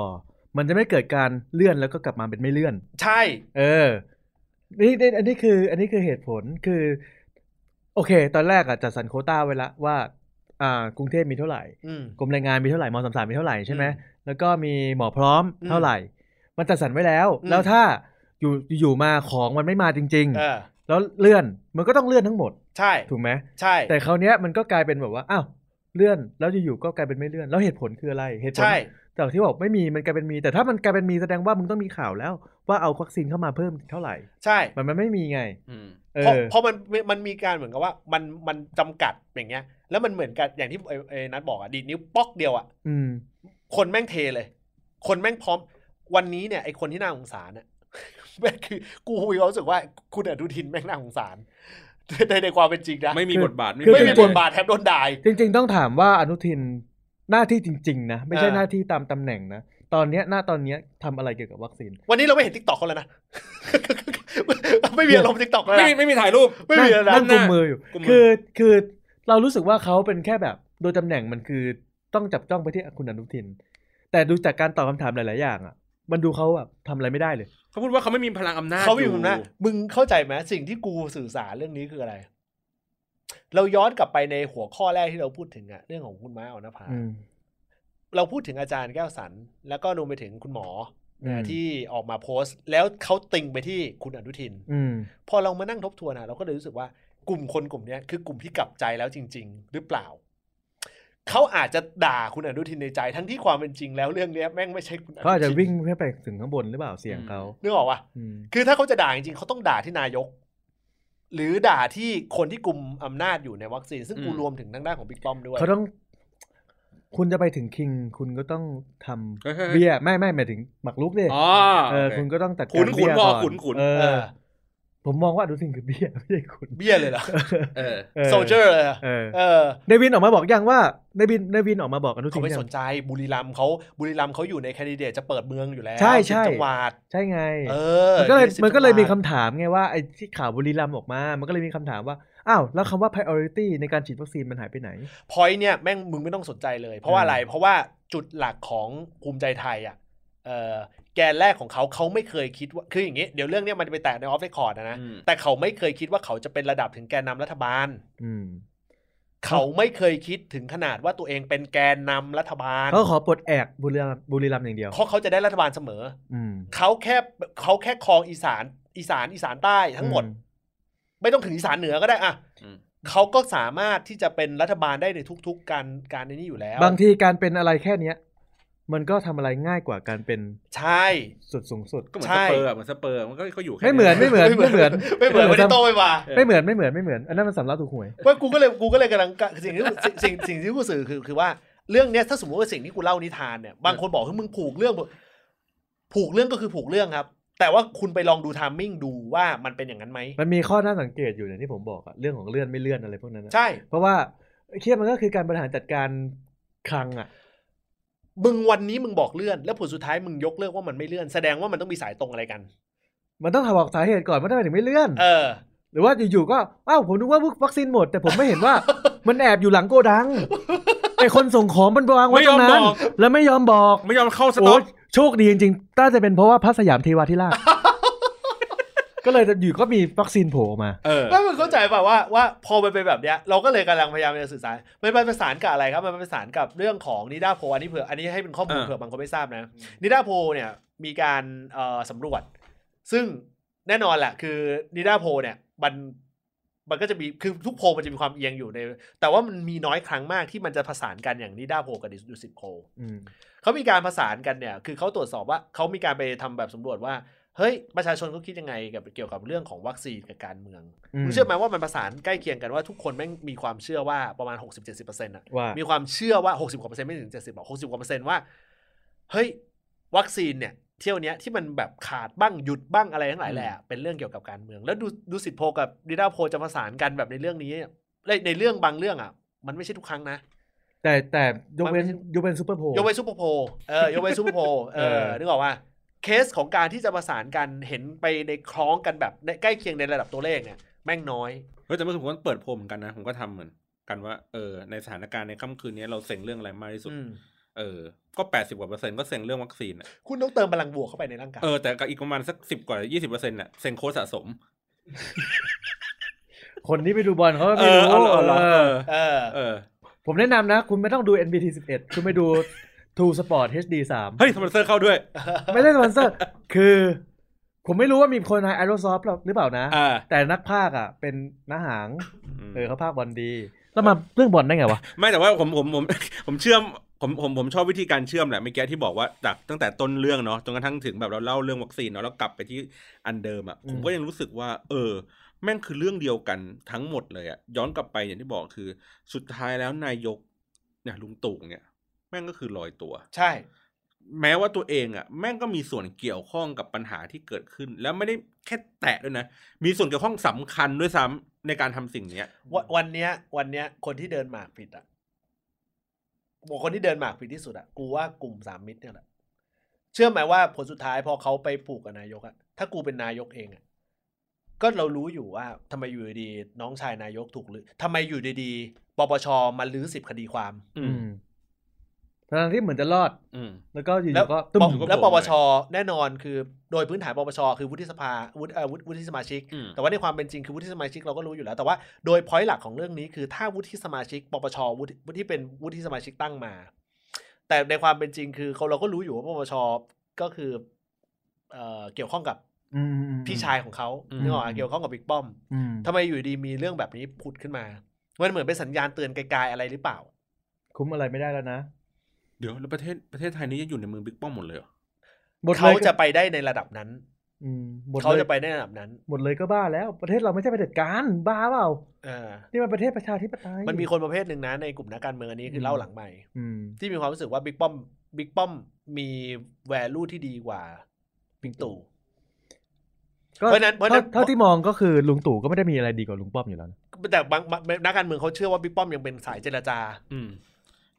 S2: มันจะไม่เกิดการเลื่อนแล้วก็กลับมาเป็นไม่เลื่อน
S1: ใช่
S2: เออ นี่นี่อันนี้คือ อันนี้คือเหตุผลคือ โอเค ตอนแรกอะจัดสรรโควต้าไว้ละว่า อ่า กรุงเทพมีเท่าไหร่
S1: อืม
S2: กรมแรงงานมีเท่าไหร่มสามสามมีเท่าไหร่ใช่ไหม
S1: อื
S2: แล้วก็มีหมอพร้อม
S1: อืม
S2: เท่าไหร่ มันจัดสรรไว้แล้ว
S1: อืม
S2: แล้วถ้าอยู่อยู่มาของมันไม่มาจริง
S1: เออ
S2: ๆ แล้วเลื่อนมันก็ต้องเลื่อนทั้งหมด
S1: ใช่
S2: ถูกไหม
S1: ใช่
S2: แต่คราวเนี้ยมันก็กลายเป็นแบบว่าอ้าวเลื่อนแล้วอยู่ๆก็กลายเป็นไม่เลื่อน แล้วเหตุผลคืออะไรเหตุผล
S1: ใช่
S2: จากที่บอกไม่มีมันกลายเป็นมี แต่ถ้ามันกลายเป็นมีแสดงว่ามึงต้องมีข่าวแล้ว ว่าเอาวัคซีนเข้ามาเพิ่มเท่าไหร่
S1: ใช่
S2: มันมันไม่มีไง
S3: อืม
S2: เอ
S1: เพราะ
S2: อ
S1: เพราะมันมันมีการเหมือนกับว่า มันมันจำกัดอย่างเงี้ย แล้วมันเหมือนกันอย่างที่ไอ้ไอ้นัทบอกอะดีดนิ้วป๊อกเดียวอะ
S2: อืม
S1: คนแม่งเทเลย คนแม่งพร้อม วันนี้เนี่ยไอ้คนที่น่าสงสารเนี่ย แม่งคือกูมีความรู้สึกว่าคุณอนุทินแม่งน่าสงสาร ในในความเป็นจริงนะ
S3: ไม่มี
S2: คือบ
S3: ทบาท
S2: คือ
S1: ไม่มี
S3: บบ ท
S1: ท
S3: บาท
S1: บาทแทบโดนด่าอีก
S2: จริง ๆ ต้องถามว่าอนุทินหน้าที่จริง ๆ นะ ไม่ใช่
S1: เออ
S2: หน้าที่ตามตำแหน่งนะตอนเนี้ยหน้าตอนเนี้ยทำอะไรเกี่ยวกับวัคซีน
S1: วันนี้เราไม่เห็นทิกตอกเขาแล้วนะ ไม่มีอารมณ์ทิกตอกแล้ว
S3: ไม่
S1: นะ
S3: มีไม่มีถ่ายรูป
S1: ไม่มีแล้วนะ
S2: นั่งกุมมืออยู่
S3: กุมมือ
S2: คือคือเรารู้สึกว่าเขาเป็นแค่แบบ โดยตำแหน่งมันคือต้องจับจ้องไปที่คุณอนุทิน แต่ดูจากการตอบคำถามหลาย ๆ อย่างอ่ะ มันดูเขาแบบทำอะไรไม่ได้เลย
S3: เขาพูดว่าเขาไม่มีพลังอำนาจ
S1: เขาไม่มี
S3: อ
S1: ผ
S3: ยู่
S1: มนะมึงเข้าใจไหมสิ่งที่กูสื่อสารเรื่องนี้คืออะไร เราย้อนกลับไปในหัวข้อแรกที่เราพูดถึงอะเรื่องของคุณม้าออนภา
S2: อืม
S1: เราพูดถึงอาจารย์แก้วสัน แล้วก็รวมไปถึงคุณหมออ
S2: ม
S1: ที่ออกมาโพสต์ แล้วเขาติงไปที่คุณอนุทิน
S2: อืม
S1: พอเรามานั่งทบทวนอะเราก็เลยรู้สึกว่ากลุ่มคนกลุ่มเนี้ยคือกลุ่มที่กลับใจแล้วจริง ๆ หรือเปล่า เขาอาจจะด่าคุณอนุทินในใจทั้งที่ความเป็นจริงแล้วเรื่องเนี้ยแม่งไม่ใช่คุณอนุทิน
S2: เขาอาจจะวิ่งเพื่อไปถึงข้างบนหรือเปล่าเสียงเขา
S1: นึกออกปะ
S2: อืม
S1: คือถ้าเขาจะด่าจริงๆเขาต้องด่าที่นายก หรือด่าที่คนที่กลุ่มอำนาจอยู่ในวัคซีน ซึ่งกูรวมถึงทางด้านของบิ๊กป้อมด้วย
S2: เขาต้อง คุณจะไปถึงคิง คุณก็ต้องทำ
S3: เฮ้ยเฮ้ยเฮ้ย
S2: เบี้ยไม่ไม่หมายถึงหมักลุกดิ
S3: อ๋อ
S2: เออ
S3: โอเค
S2: คุณก็ต้องตัดการ
S3: ขุนขุน
S2: เบี้ย
S3: พอ
S2: ก่
S3: ขุนขุน
S2: เอ
S1: เอ
S2: อ
S1: อ
S2: ผมมองว่าอนุทินคือเบี้ย ไม่ใช่คุณ
S1: เบี้ยเลยเหรอ
S3: เออ
S1: โซเจอร์เลยเหรอ
S2: เออ
S1: เออ
S2: เนวินออกมาบอกยังว่าเนวินเนวินออกมาบอกอนุทิ
S1: เขา
S2: น
S1: ไม่
S2: ยัง
S1: สนใจบุรีรัมย์เขาบุรีรัมย์เขาอยู่ในแคนดิเดตจะเปิดเมืองอยู่แล้ว
S2: ใช่ใช่
S1: สิบจังหวัด
S2: ใช่ไง
S1: เออ
S2: มันก็เลย
S1: 20
S2: มันก็เลยมี
S1: จั
S2: คำ
S1: งหวัด
S2: ถามไงว่าไอ้ที่ข่าวบุรีรัมย์ออกมา มันก็เลยมีคำถามว่า อ้าว แล้วคำว่า priority ในการฉีดวัคซีนมันหายไปไหน
S1: พอยต์เนี่ยแม่งมึงไม่ต้องสนใจเลย เพราะว่าอะไร เพราะว่าจุดหลักของภูมิใจไทยอ่ะเออแกนแรกของเขาเขาไม่เคยคิดว่าคืออย่างงี้เดี๋ยวเรื่องเนี้ยมันจะไปแตะในออฟเรคคอร์ดนะ
S3: อืม
S1: แต่เขาไม่เคยคิดว่าเขาจะเป็นระดับถึงแกนนำรัฐบาล
S2: อืม
S1: เขาไม่เคยคิดถึงขนาดว่าตัวเองเป็นแกนนำรัฐบาล
S2: เขาขอปลดแอกบุรีรัมย์บุรีรัมย์อย่างเดียว
S1: เขาเขาจะได้รัฐบาลเสมอ
S2: อืม
S1: เขาแค่เขาแค่ครองอีสานอีสานอีสานใต้ทั้งหมด
S2: อื
S1: ไม่ต้องถึงอีสานเหนือก็ได้อะ
S3: อืม
S1: เขาก็สามารถที่จะเป็นรัฐบาลได้ในทุก ๆ การการในนี้อยู่แล้ว
S2: บางทีการเป็นอะไรแค่เนี้ย มันก็ทำอะไรง่ายกว่าการเป็น
S1: ใช่
S2: สุดสูงสุด
S3: ก็เหมือน
S1: ใช่
S3: สเปอร์อะเหมือนสเปอร์มันก็ก็อยู่แค่
S2: ไม่เหมือนไม่เหมือนไม่เหมือน
S1: ไม่เหมือนไม่ได้โตไม่มา
S2: ไม่เหมือนไม่เหมือนไม่เหมือนอันนั้นมันสำหรับถูกหวย
S1: ว่ากูก็เลยกูก็เลยกำลังกะสิ่งที่สิ่งสิ่งสิ่งที่กูสื่อคือคือว่าเรื่องเนี้ยถ้าสมมติว่าสิ่งที่กูเล่านิทานเนี่ยบางคนบอกว่ามึงผูกเรื่อง ผูกเรื่องก็คือผูกเรื่องครับ แต่ว่าคุณไปลองดูไทามมิ่งดูว่ามันเป็นอย่างนั้นไหม
S2: มันมีข้อน่าสังเกตอยู่เนี่ยที่ผมบอกอะเรื่องของเลื่อนไม่เลื่อนอะไรพวกนั้นอะ
S1: ใช่
S2: เพราะว่าเครียดมันก็คือการบริหารจัดการคลังอ่ะ
S1: มึงวันนี้มึงบอกเลื่อน แล้วผลสุดท้ายมึงยกเลิกว่ามันไม่เลื่อนแสดงว่ามันต้องมีสายตรงอะไรกัน
S2: มันต้องหาบอกสาเหตุก่อนว่าทำไมถึงไม่เลื่อน
S1: เออ
S2: ห รือว่าอยู่ๆก็อ้าวผมนึกว่าวัคซีนหมด แต่ผมไม่เห็นว่า มันแอบอยู่หลังโกดัง ไอคนส่งของมันวางไว้ตรง
S3: ไม่ยอมบ
S2: นั้น
S3: อก
S2: แล้วไม่ยอมบอก
S3: ไม่ยอมเข้าสต็
S2: โอ้
S3: อก
S2: โชคดีจริงๆน่าจะเป็นเพราะว่าพระสยามเทวาธิราช ก็เลยอยู่ก็มีวัคซีนโผล่ออกมา
S3: เออ
S1: ไม่มึงเข้าใจป่ะว่าว่าพอมันเป็นแบบเนี้ยเราก็เลยกำลังพยายามจะสื่อสารมันไปประสานกับอะไรครับ มันไปประสานกับเรื่องของนิดาโพอันนี้เผื่ออันนี้ให้เป็นข้อมูล
S3: อ่า
S1: เผื่อบางคนไม่ทราบนะนิดาโพเนี่ยมีการเอ่อสำรวจ ซึ่งแน่นอนแหละคือนิดาโพเนี่ยมันมันก็จะมีคือทุกโพลมันจะมีความเอียงอยู่ใน แต่ว่ามันมีน้อยครั้งมากที่มันจะผสานกันอย่างนิดาโพกับดุสิตโพล
S2: อืม
S1: เขามีการผสานกันเนี่ย คือเขาตรวจสอบว่าเขามีการไปทำแบบสำรวจว่า เฮ้ย ประชาชนเขาคิดยังไงกับเกี่ยวกับเรื่องของวัคซีนกับการเมือง
S2: อืม
S1: มึงเชื่อไหมว่ามันประสานใกล้เคียงกันว่าทุกคนแม่งมีความเชื่อว่าประมาณ 60-70%อ่ะ
S2: ว่า
S1: มีความเชื่อว่า 60กว่าเปอร์เซ็นต์ไม่ถึง 70หรอก60กว่าเปอร์เซ็นต์ว่า เฮ้ย วัคซีนเนี่ย เที่ยวเนี้ยที่มันแบบขาดบ้างหยุดบ้างอะไรทั้งหลายแหละเป็นเรื่องเกี่ยวกับการเมือง แล้วดูดูสิทธิโพลกับดีด้าโพลจะประสานกันแบบในเรื่องนี้และในเรื่องบางเรื่องอ่ะ มันไม่ใช่ทุกครั้งนะ
S2: แต่แต่ยกเว้
S1: มัน
S2: น
S1: ไม่ใช่
S2: ยกเว้นซูเปอร์โพล
S1: ยกเว้นซูเปอร์โพลเออยกเว้นซูเปอร์โพลเอ
S2: เอ
S1: อ
S2: อ
S1: นึกออกว่าเคสของการที่จะประสานกันเห็นไปในคล้องกันแบบในใกล้เคียงในระดับตัวเลขเนี่ย แม่งน้อย
S3: เฮ้ยแต่เมื่อผมก็เปิดโพลเหมือนกันนะ ผมก็ทำเหมือนกันว่าเออในสถานการณ์ในค่ำคืนนี้เราเซ็งเรื่องอะไรมากที่สุด
S1: อืม
S3: เออ ก็แปดสิบกว่าเปอร์เซ็นต์ก็เซ็งเรื่องวัคซีนอะ
S1: คุณต้องเติมพลังบวกเข้าไปในร่างกาย
S3: เออแต่ก็อีกประมาณสักสิบกว่ายี่สิบเปอร์เซ็นต์น่ะเซ็งโค้ชสะสม
S2: คนที่ไปดูบอลเขาก็
S3: เอ
S2: ไม่
S3: อ
S2: รู้
S3: เออ
S2: เอ
S3: เออเอ
S2: อ
S3: อ
S1: เออ
S3: เออ
S2: ผมแนะนำนะ คุณไม่ต้องดู NBT 11 คุณไปดู True Sport HD 3
S3: เฮ้ยสปอนเซอร์เข้าด้วย
S2: ไม่ได้สปอนเซอร์ คือ ผมไม่รู้ว่ามีคนใน a อ r o s o f t หรือเปล่านะ
S3: อ่า
S2: แต่นักภาคอ่ะ เป็นน้าหาง
S3: ม
S2: เออเขาภาคบอลดี แล้วมาเรื่องบอลได้ไงวะ
S3: ไม่แต่ว่าผมผมผม ผมเชื่อมผมผมผมชอบวิธีการเชื่อมแหละเมื่อกี้ที่บอกว่าจากตั้งแต่ต้นเรื่องเนาะจนกระทั่งถึงแบบเราเล่าเรื่องวัคซีนเนาะแล้วกลับไปที่อันเดิมอะ
S2: อืม
S3: ผมก็ยังรู้สึกว่า เออ แม่งคือเรื่องเดียวกันทั้งหมดเลยอะย้อนกลับไปอย่างที่บอกคือ สุดท้ายแล้วนายกเนี่ยลุงตู่เนี่ย แม่งก็คือลอยตัว
S1: ใช่
S3: แม้ว่าตัวเองอะ่ะแม่งก็มีส่วนเกี่ยวข้องกับปัญหาที่เกิดขึ้น แล้วไม่ได้แค่แตะด้วยนะ มีส่วนเกี่ยวข้องสำคัญด้วยซ้ำในการทำสิ่งเนี้ย
S1: วันวันเนี้ย วันเนี้ยคนที่เดินหมากผิดอ่ะบอกคนที่เดินหมากผิดที่สุดอ่ะกูว่ากลุ่มสามมิตรเนี่ยแหละเชื่อไหมว่าผลสุดท้ายพอเขาไปผูกกับนายกอ่ะถ้ากูเป็นนายกเองอ่ะก็เรารู้อยู่ว่าทำไมอยู่ดีๆน้องชายนายกถูกหรือทำไมอยู่ดีๆปปชมาลื้อสิบคดีความ
S3: อื
S2: อืม
S3: ม
S2: ทั้งที่เหมือนจะรอด
S3: อืม
S2: แล้วก็อยู่
S1: แล้ว
S2: ๆก็ตุ้ม
S1: ปป
S3: อยู่ก็
S1: แล้ว
S3: โผ
S1: ป
S3: ล่
S1: ป
S3: มา
S1: ชแน่นอนคือโดยพื้นฐานปปชคือวุฒิสภาวุฒิเอ่อวุฒิวุฒิสมาชิก
S3: อืม
S1: แต่ว่าในความเป็นจริงคือวุฒิสมาชิกเราก็รู้อยู่แล้ว แต่ว่าโดยพอยต์หลักของเรื่องนี้คือถ้าวุฒิสมาชิกปปชวุฒิวุฒิที่เป็นวุฒิสมาชิกตั้งมา แต่ในความเป็นจริงคือเขาเราก็รู้อยู่ว่าปปชก็คือเอ่อเกี่ยวข้องกับ
S2: อืมอืม
S1: พี่ชายของเขา
S3: อืม
S1: นึกออกไหมเกี่ยวข้องกับบิ๊กป้อม
S2: อืม
S1: ทำไมอยู่ดีมีเรื่องแบบนี้ผุดขึ้นมามันเหมือนเป็นสัญญาณเตือนไกลๆอะไรหรือเปล่า
S2: คุ้มอะไรไม่ได้แล้วนะ
S3: เดี๋ยวแล้วประเทศประเทศไทยนี้ยังอยู่ในมือบิ๊กป้อมหมดเลยเหรอ
S2: หมดล
S1: เขา
S2: ยก็
S1: จะไปได้ในระดับนั้น
S2: อืมหมด
S1: เขา
S2: เลย
S1: จะไปในระดับนั้น
S2: หมดเลยก็บ้าแล้ว ประเทศเราไม่ใช่ประเผด็จการบ้าเปล่า
S1: เออ
S2: นี่มันประเทศประชาธิปไตย
S1: มันมีคนประเภทหนึ่งนะในกลุ่มนักการเมืองอันนี้คือ
S2: ม
S1: เล่าหลังใหม่
S2: อืม
S1: ที่มีความรู้สึกว่าบิ๊กป้อมบิ๊กป้อมมี value ที่ดีกว่าบิ๊กตู่
S2: ก็
S1: เพราะฉะนั้นเพราะฉะนั้น
S2: เท่าที่มองก็คือลุงตู่ก็ไม่ได้มีอะไรดีกว่าลุงป้อมอยู่แล้วนะ
S1: แต่บางบางนักการเมืองเขาเชื่อว่าบิ๊กป้อมยังเป็นสายเจรจา
S3: อืม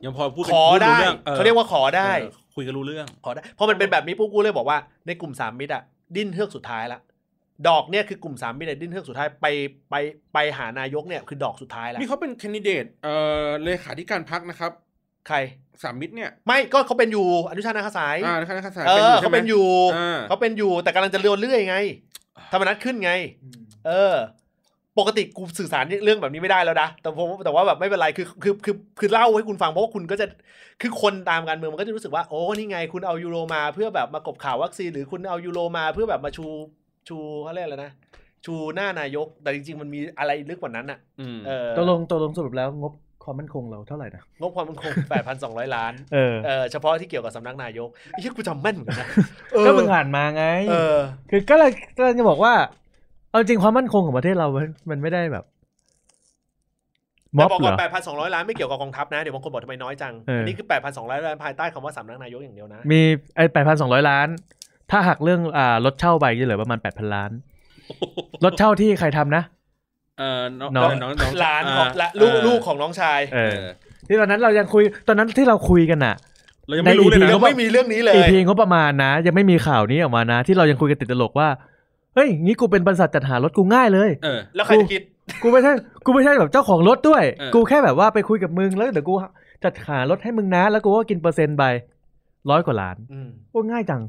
S3: ยังพอพูด
S1: ขอได้
S3: พูรู้รื่งออ
S1: เขาเรียกว่าขอได้
S3: เออคุยกันรู้เรื่อง
S1: ขอได้เพราะมันเป็นแบบนี้ปุ๊บกูเลยบอกว่าในกลุ่มสามมิตรอะดิ้นเฮือกสุดท้ายละดอกเนี่ยคือกลุ่มสามมิตรเนี่ยดิ้นเฮือกสุดท้ายไปไปไปหานายกเนี่ยคือดอกสุดท้ายละ
S3: นี่เขาเป็นแคนดิเดตเอ่อเลขาธิการพักนะครับ
S1: ใคร
S3: สามมิตรเนี่ย
S1: ไม่ก็เขาเป็นอยู่อนุชานาคาสาย
S3: อ่านะคะนะคะสาย
S1: เออ
S3: ใช่
S1: เขา
S3: ไหม
S1: เป็นอยู่
S3: อ่า
S1: เขาเป็นอยู่แต่กำลังจะเรือนเรื่อย ไงธรรมนัตขึ้นไง เออ ปกติกูสื่อสารเรื่องแบบนี้ไม่ได้แล้วนะ แต่ผมแต่ว่าแบบไม่เป็นไรคือคือคือคือเล่าให้คุณฟังเพราะว่าคุณก็จะคือคนตามการเมืองมันก็จะรู้สึกว่าโอ้นี่ไง คุณเอายูโรมาเพื่อแบบมากบข่าววัคซีนหรือคุณเอายูโรมาเพื่อแบบมาชูชูเขาเรียกอะไรนะชูหน้านายก แต่จริง ๆ มันมีอะไรลึกกว่านั้นอ่ะ
S3: อืม
S1: เออ
S2: ตกลงตกลงสรุปแล้วงบความมั่นคงเราเท่าไหร่นะ
S1: งบความมั่นคง 8,200 ล้าน
S2: เออ
S1: เออเฉพาะที่เกี่ยวกับสำนักนายกไอ้เหี้ยกูจำแม่นเหมือนกันนะเออ
S2: ก็มึงอ่านมาไง
S1: เออ
S2: คือก็เลยก็เลยจะบอกว่า เอาจริงความมั่นคงของประเทศเรา มันมันไม่ได้แบบ ม็
S1: แต่
S2: อบ
S1: อ
S2: บเห
S1: ก
S2: ร
S1: ก่อ
S2: อ
S1: น8,200 ล้านไม่เกี่ยวกับกองทัพนะ เดี๋ยวบางคนบอกทำไมน้อยจัง
S2: เอออั
S1: อันนี้คือ 8,200 ล้านภายใต้คำว่าสำนักนายกอย่างเดียวนะ
S2: มีไอ้แปดพันสองร้อยล้าน ถ้าหักเรื่องอ่ารถเช่าไปจะเหลือประมาณแปดพัน ล้าน รถเช่าที่ใครทำนะ
S3: เออน้อง
S2: น้อง
S3: น้องน้อง
S1: หลานของละลูก
S3: เออ
S1: ลูกของน้องชาย
S2: เอ
S3: เอ
S2: อ
S3: อ
S2: ที่ตอนนั้นเรายังคุย ตอนนั้นที่เราคุยกันอะ
S3: เรายังไม่รู้เลย
S2: ใน
S3: นะ
S1: เรา
S3: ว่า
S1: ไม่มีเรื่องนี้เลย
S2: อีพีงบประมาณนะ ยังไม่มีข่าวนี้ออกมานะ ที่เรายังคุยกันติดตลกว่า เฮ้ยงี้กูเป็นบริษัทจัดหารถกูง่ายเลย
S3: เออ
S1: แล้วใครจะคิด
S2: กูไม่ใช่กูไม่ใช่แบบเจ้าของรถด้วย
S3: เออ
S2: กูแค่แบบว่าไปคุยกับมึงแล้วเดี๋ยวกู จัดหารถให้มึงนะ แล้วกูก็กินเปอร์เซ็นต์ไปร้อยกว่าล้าน
S1: อืม
S2: โอ้ง่ายจัง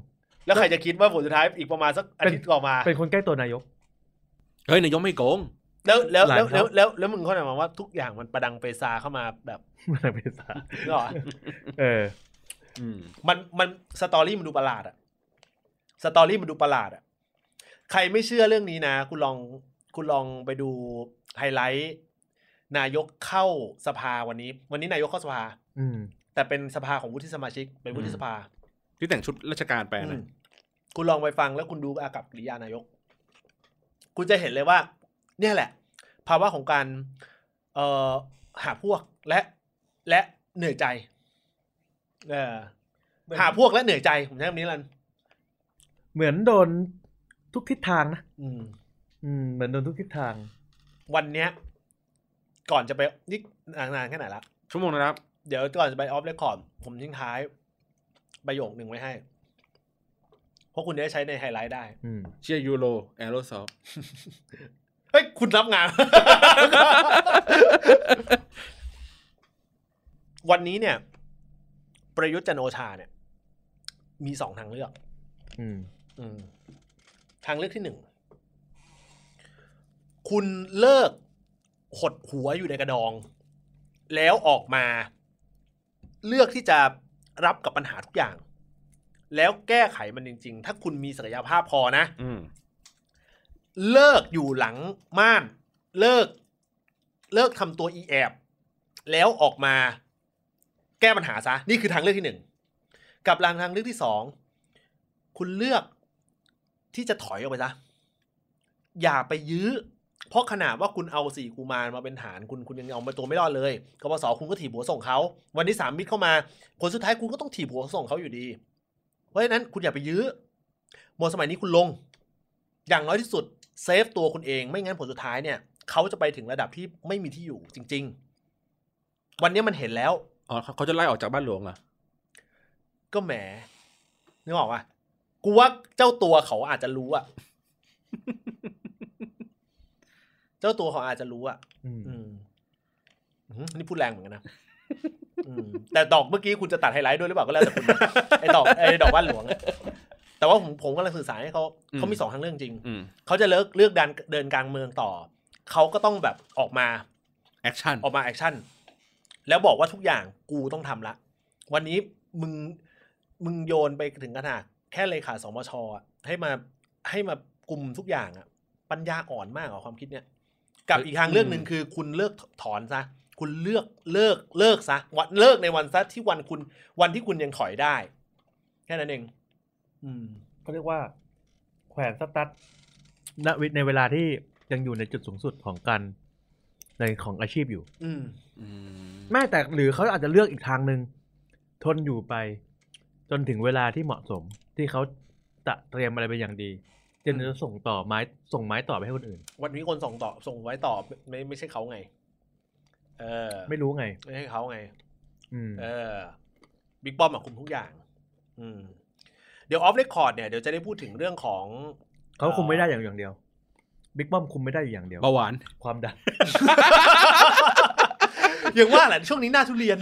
S1: แล้วใครจะคิดว่าผลสุดท้ายอีกประมาณสักอาทิตย์ต่อมา
S2: เป็นคนใกล้ตัวนายก
S3: เฮ้ยนายกไม่โกง
S1: แล้วแล้ว
S2: หลาย
S1: แล้ว
S2: ครั้
S1: แล้ว
S2: ง
S1: แล้วแล้วมึงเข้าใจมาว่าทุกอย่างมันประดังเปซาเข้ามาแบบ
S2: มันเป็นภาษา
S1: นึกออกปะ
S2: เออ
S3: อืม
S1: มันมันสตอรี่มันดูประหลาดอะสตอรี่มันดูประหลาดอะใครไม่เชื่อเรื่องนี้นะ คุณลองคุณลองไปดูไฮไลท์ นายกเข้าสภาวันนี้ วันนี้นายกเข้าสภา
S2: อืม
S1: แต่เป็นสภาของวุฒิสมาชิก เป็นวุฒิสภา
S3: ที่แต่งชุดราชการไป
S1: อื
S3: นะ
S1: มคุณลองไปฟังแล้วคุณดูอากับกิริยานายก คุณจะเห็นเลยว่า เนี่ยแหละ ภาวะของการ เอ่อหาพวกและและเหนื่อยใจ เออ หาพวกและเหนื่อยใจ ผมใช้คำนี้แล้วกัน
S2: เหมือนโดนทุกทิศทางนะ
S1: อืม
S2: อืมเหมือนโดนทุกทิศทาง
S1: วันเนี้ย ก่อนจะไปนี่นานแค่ไหนละ
S3: ชั่วโมงนะครับ
S1: เดี๋ยวก่อนจะไปออฟเรคคอร์ดผมทิ้งท้าย ประโยคหนึ่งไว้ให้ เพราะคุณจะได้ใช้ในไฮไลท์ได้
S2: อืม
S3: เชียร์ยูโรแอโรซอฟ
S1: เฮ้ย คุณรับงาน วันนี้เนี่ย ประยุทธ์จันทร์โอชาเนี่ย มีสองทางเลือก
S2: อืม
S1: อืมทางเลือกที่หนึ่ง คุณเลิกหดหัวอยู่ในกระดอง แล้วออกมา เลือกที่จะรับกับปัญหาทุกอย่าง แล้วแก้ไขมันจริง ๆ ถ้าคุณมีศักยภาพพอนะ
S3: อืม
S1: เลิกอยู่หลังม่าน เลิก เลิกทำตัวอีแอบ แล้วออกมาแก้ปัญหาซะ นี่คือทางเลือกที่หนึ่ง กับทางทางเลือกที่สองคุณเลือกที่จะถอยออกไปซะ อย่าไปยื้อ เพราะขนาดว่าคุณเอาสี่กูมารมาเป็นฐานคุณคุณยังเอาไปตัวไม่รอดเลยกบสคุณก็ถีบหัวส่งเขา วันนี้สามมิตรเข้ามาผลสุดท้ายคุณก็ต้องถีบหัวส่งเขาอยู่ดี เพราะฉะนั้นคุณอย่าไปยื้อหมดสมัยนี้คุณลง อย่างน้อยที่สุดเซฟตัวคุณเอง ไม่งั้นผลสุดท้ายเนี่ย เขาจะไปถึงระดับที่ไม่มีที่อยู่จริง ๆ วันนี้มันเห็นแล้ว
S3: อ๋อเขาเขาจะไล่ออกจากบ้านหลวงเหรอ
S1: ก็แหมนึกออกปะกูว่าเจ้าตัวเขาอาจจะรู้อะ เจ้าตัวเขาอาจจะรู้อะ
S2: อืม
S1: อืมอื้อหือนี่พูดแรงเหมือนกันนะอืมแต่ดอกเมื่อกี้คุณจะตัดไฮไลท์ด้วยหรือเปล่าก็แล้วแต่คุณนะไอ้ดอกไอ้ดอกบ้านหลวงอะแต่ว่าผมผมกำลังสื่อสารให้เขา
S3: อืม
S1: เขามีสองทางเรื่องจริง
S3: อืม
S1: เขาจะเลิกเลือกดันเดินกลางเมืองต่อ เขาก็ต้องแบบออกมา
S3: แอคชั่น
S1: ออกมาแอคชั่น แล้วบอกว่าทุกอย่างกูต้องทำละ วันนี้มึงมึงโยนไปถึงขนาดแค่เลขาสมชอะให้มาให้มากลุ่มทุกอย่างอะปัญญาอ่อนมากเหรอความคิดเนี่ย กับอีกทางเรื่องหนึ่ง
S3: อืม
S1: คือคุณเลิกถอนซะ คุณเลือกเลิกเลิกซะวันเลิกในวันซะที่วันคุณวันที่คุณยังถอยได้ แค่นั้นเอง อืม
S2: เขาเรียกว่า แขวนสตัดณวิในเวลาที่ยังอยู่ในจุดสูงสุดของการในของอาชีพอยู่
S1: อืม
S3: อืม
S2: แม่แต่หรือเขาอาจจะเลือกอีกทางหนึ่งทนอยู่ไป จนถึงเวลาที่เหมาะสม ที่เขาจะเตรียมอะไรไปอย่างดีจนจะส่งต่อไม้ส่งไม้ต่อไปให้คนอื่น
S1: วันนี้คนส่งต่อส่งไว้ต่อไม่ไม่ใช่เขาไง เออ
S2: ไม่รู้ไง
S1: ไม่ใช่เขาไง
S2: อืม
S1: เออบิ๊กป้อมอะคุมทุกอย่าง อืม เดี๋ยวออฟเรคคอร์ดเนี่ยเดี๋ยวจะได้พูดถึงเรื่องของ
S2: เขาคุมไม่ได้อย่างอย่างเดียวบิ๊กป้อมคุมไม่ได้อยู่อย่างเดียว
S3: เบาหวาน
S2: ความดัน
S1: อย่างว่าแหละช่วงนี้หน้าทุเรียน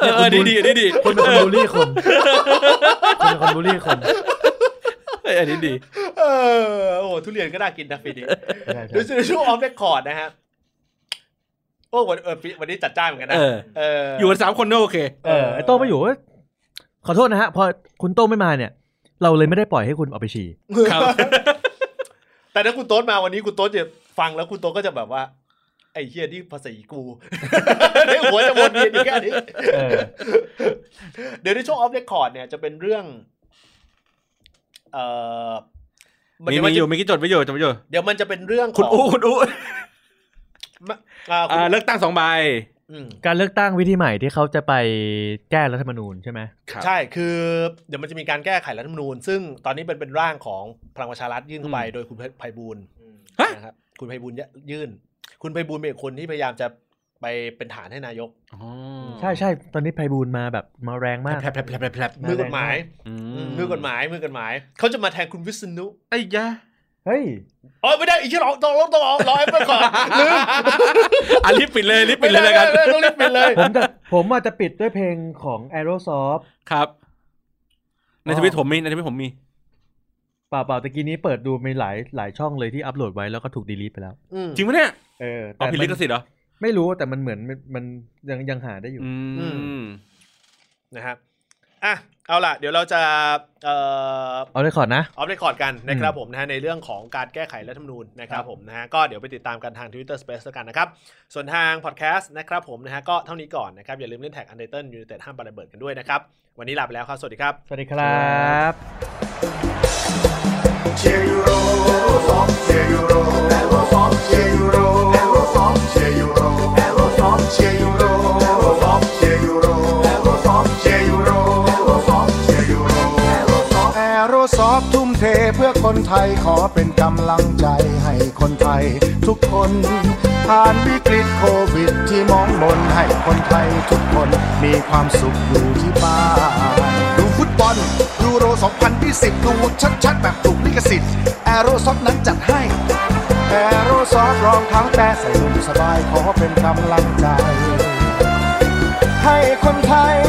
S3: เออเออดีดีดีดี
S2: คนเป็นคนบูลลี่คนคนเป็นคนบูลลี่คน
S3: เอออันนี้ดี
S1: เออโอ้โหทุเรียนก็น่ากินนะฟีนี้
S2: ใช่
S1: เดี๋ยว
S2: ใช่
S1: จะในช่วงออฟเรคคอร์ดนะฮะโอ้วันเออปีวันนี้จัดจ้านเหมือนกันนะ
S3: เออ
S1: เออ
S3: อ
S1: อยู่
S3: กันสามคนก็โอเค
S2: เออไอโต้งไม่อยู่เว้ยขอโทษนะฮะ พอคุณโต้งไม่มาเนี่ย เราเลยไม่ได้ปล่อยให้คุณออกไปฉี่
S3: ครับ
S1: แต่ถ้าคุณโต๊ดมาวันนี้คุณโต๊ดจะฟังแล้วคุณโต๊ดก็จะแบบว่า ไอ้เฮียนี่ภาษีกู ในหัวจะวนเวียนอยู่แค่นี้
S2: เออ
S1: เดี๋ยวในช่วงออฟเรคคอร์ดเนี่ยจะเป็นเรื่อง เอ่อมัน
S3: มี
S1: เดี๋ยว
S3: มี
S1: มัน
S3: อ
S1: จะ
S3: ยู่มีกี่จดไว้อยู่จดไว้อยู่
S1: เดี๋ยวมันจะเป็นเรื่องข
S3: คุณ
S1: อง
S3: อู้คุณอู้
S1: มะอ่าคุ
S3: อ่า
S1: ณ
S3: เลือกตั้งสองใบ
S1: อืม
S2: การเลือกตั้งวิธีใหม่ที่เขาจะไปแก้รัฐธรรมนูญใช่ไหม
S1: ใช่คือ เดี๋ยวมันจะมีการแก้ไขรัฐธรรมนูญ ซึ่งตอนนี้เป็นเป็นร่างของพลังประชารัฐยื่นเข้าไปโดยคุณไพบูลย์นะครับคุณไพบูลย์ยื่น คุณไพบูลย์เป็นคนที่พยายามจะไปเป็นฐานให้นายก
S3: อ๋อ
S2: ใช่ใช่ตอนนี้ไพบูลย์มาแบบมาแรงมาก
S3: แผลบแผลบแผลบแผลบแผลบ
S1: มือกฎหมาย
S2: แรงมาก
S3: อื
S1: อืมมือกฎหมายมือกฎหมายเขาจะมาแทนคุณวิษณุ
S3: ไอ้ยะ
S2: เฮ้ย
S1: อ๋อไม่ได้อีกเช่นหรอต้องลบต้องเอารอแอปเปิลก่อนลืม
S3: อ่ะรีบปิดเลยรีบปิ
S1: ไม่
S3: ดเล
S1: ได้
S3: ย
S1: ไม่
S3: แล้วกั
S1: ได้
S3: น
S1: ไม่ได้ต้องรีบปิดเลย
S2: ผมจะผมอาจจะปิดด้วยเพลงของ Aerosoft
S3: ครับ ใน
S2: อ๋อ
S3: ทวิตผมมีในทวิตผมมี
S2: เปล่าเปล่าตะกี้นี้เปิดดูมีหลายหลายช่องเลยที่อัปโหลดไว้แล้วก็ถูกดีลีทไปแล้ว
S3: จริงปะเนี่ย
S2: เออ
S3: เอา
S2: แต่
S3: ผิดลิขสิทธิ์เหรอ
S2: ไม่รู้แต่มันเหมือนมันมันยังยังหาได้อยู่
S3: อื
S1: อื
S3: ม
S1: นะครับอ่ะเอาล่ะ เดี๋ยวเราจะเอ่อ
S2: เอาได้ขอนะ
S1: ออฟเรคคอร์ดกัน
S2: อืม
S1: นะครับผมนะฮะในเรื่องของการแก้ไขรัฐธรรมนูญนะครับผมนะฮะก็เดี๋ยวไปติดตามกันทาง Twitter Space แล้วกันนะครับ ส่วนทางพอดแคสต์นะครับผมนะฮะก็เท่านี้ก่อนนะครับ อย่าลืมเล่นแท็กอันเดอร์เ n นยูเนเต็ดห้ามปาระเบิดกันด้วยนะครับ วันนี้ลาไปแล้วครับ สวัสดีครับ
S2: สวัสดีครับ
S5: เชียร์ยูโรซอฟเชียร์ยูโรแอลโลซอฟเชียร์ยูโรแอลโลซอฟเชียร์ยูโรแอลโลซอฟเชียร์ยูโรแอลโลซอฟเชียร์ยูโรแอลโลซอฟเชียร์ยูโรแอลโลซอฟเชียร์ยูโรแอลโลซอฟแอโรซอฟทุ่มเทเพื่อคนไทยขอเป็นกำลังใจให้คนไทยทุกคน ผ่านวิกฤตโควิดที่มองมนให้คนไทยทุกคนมีความสุขอยู่ที่บ้าน ดูฟุตบอลยูโร 2020 ดูชัดๆ แบบถูกลิขสิทธิ์แอโรซอฟนั้นจัดให้แอโรซอฟรองเท้าแต่ใส่นุ่มสบายขอเป็นกำลังใจ ให้คนไทย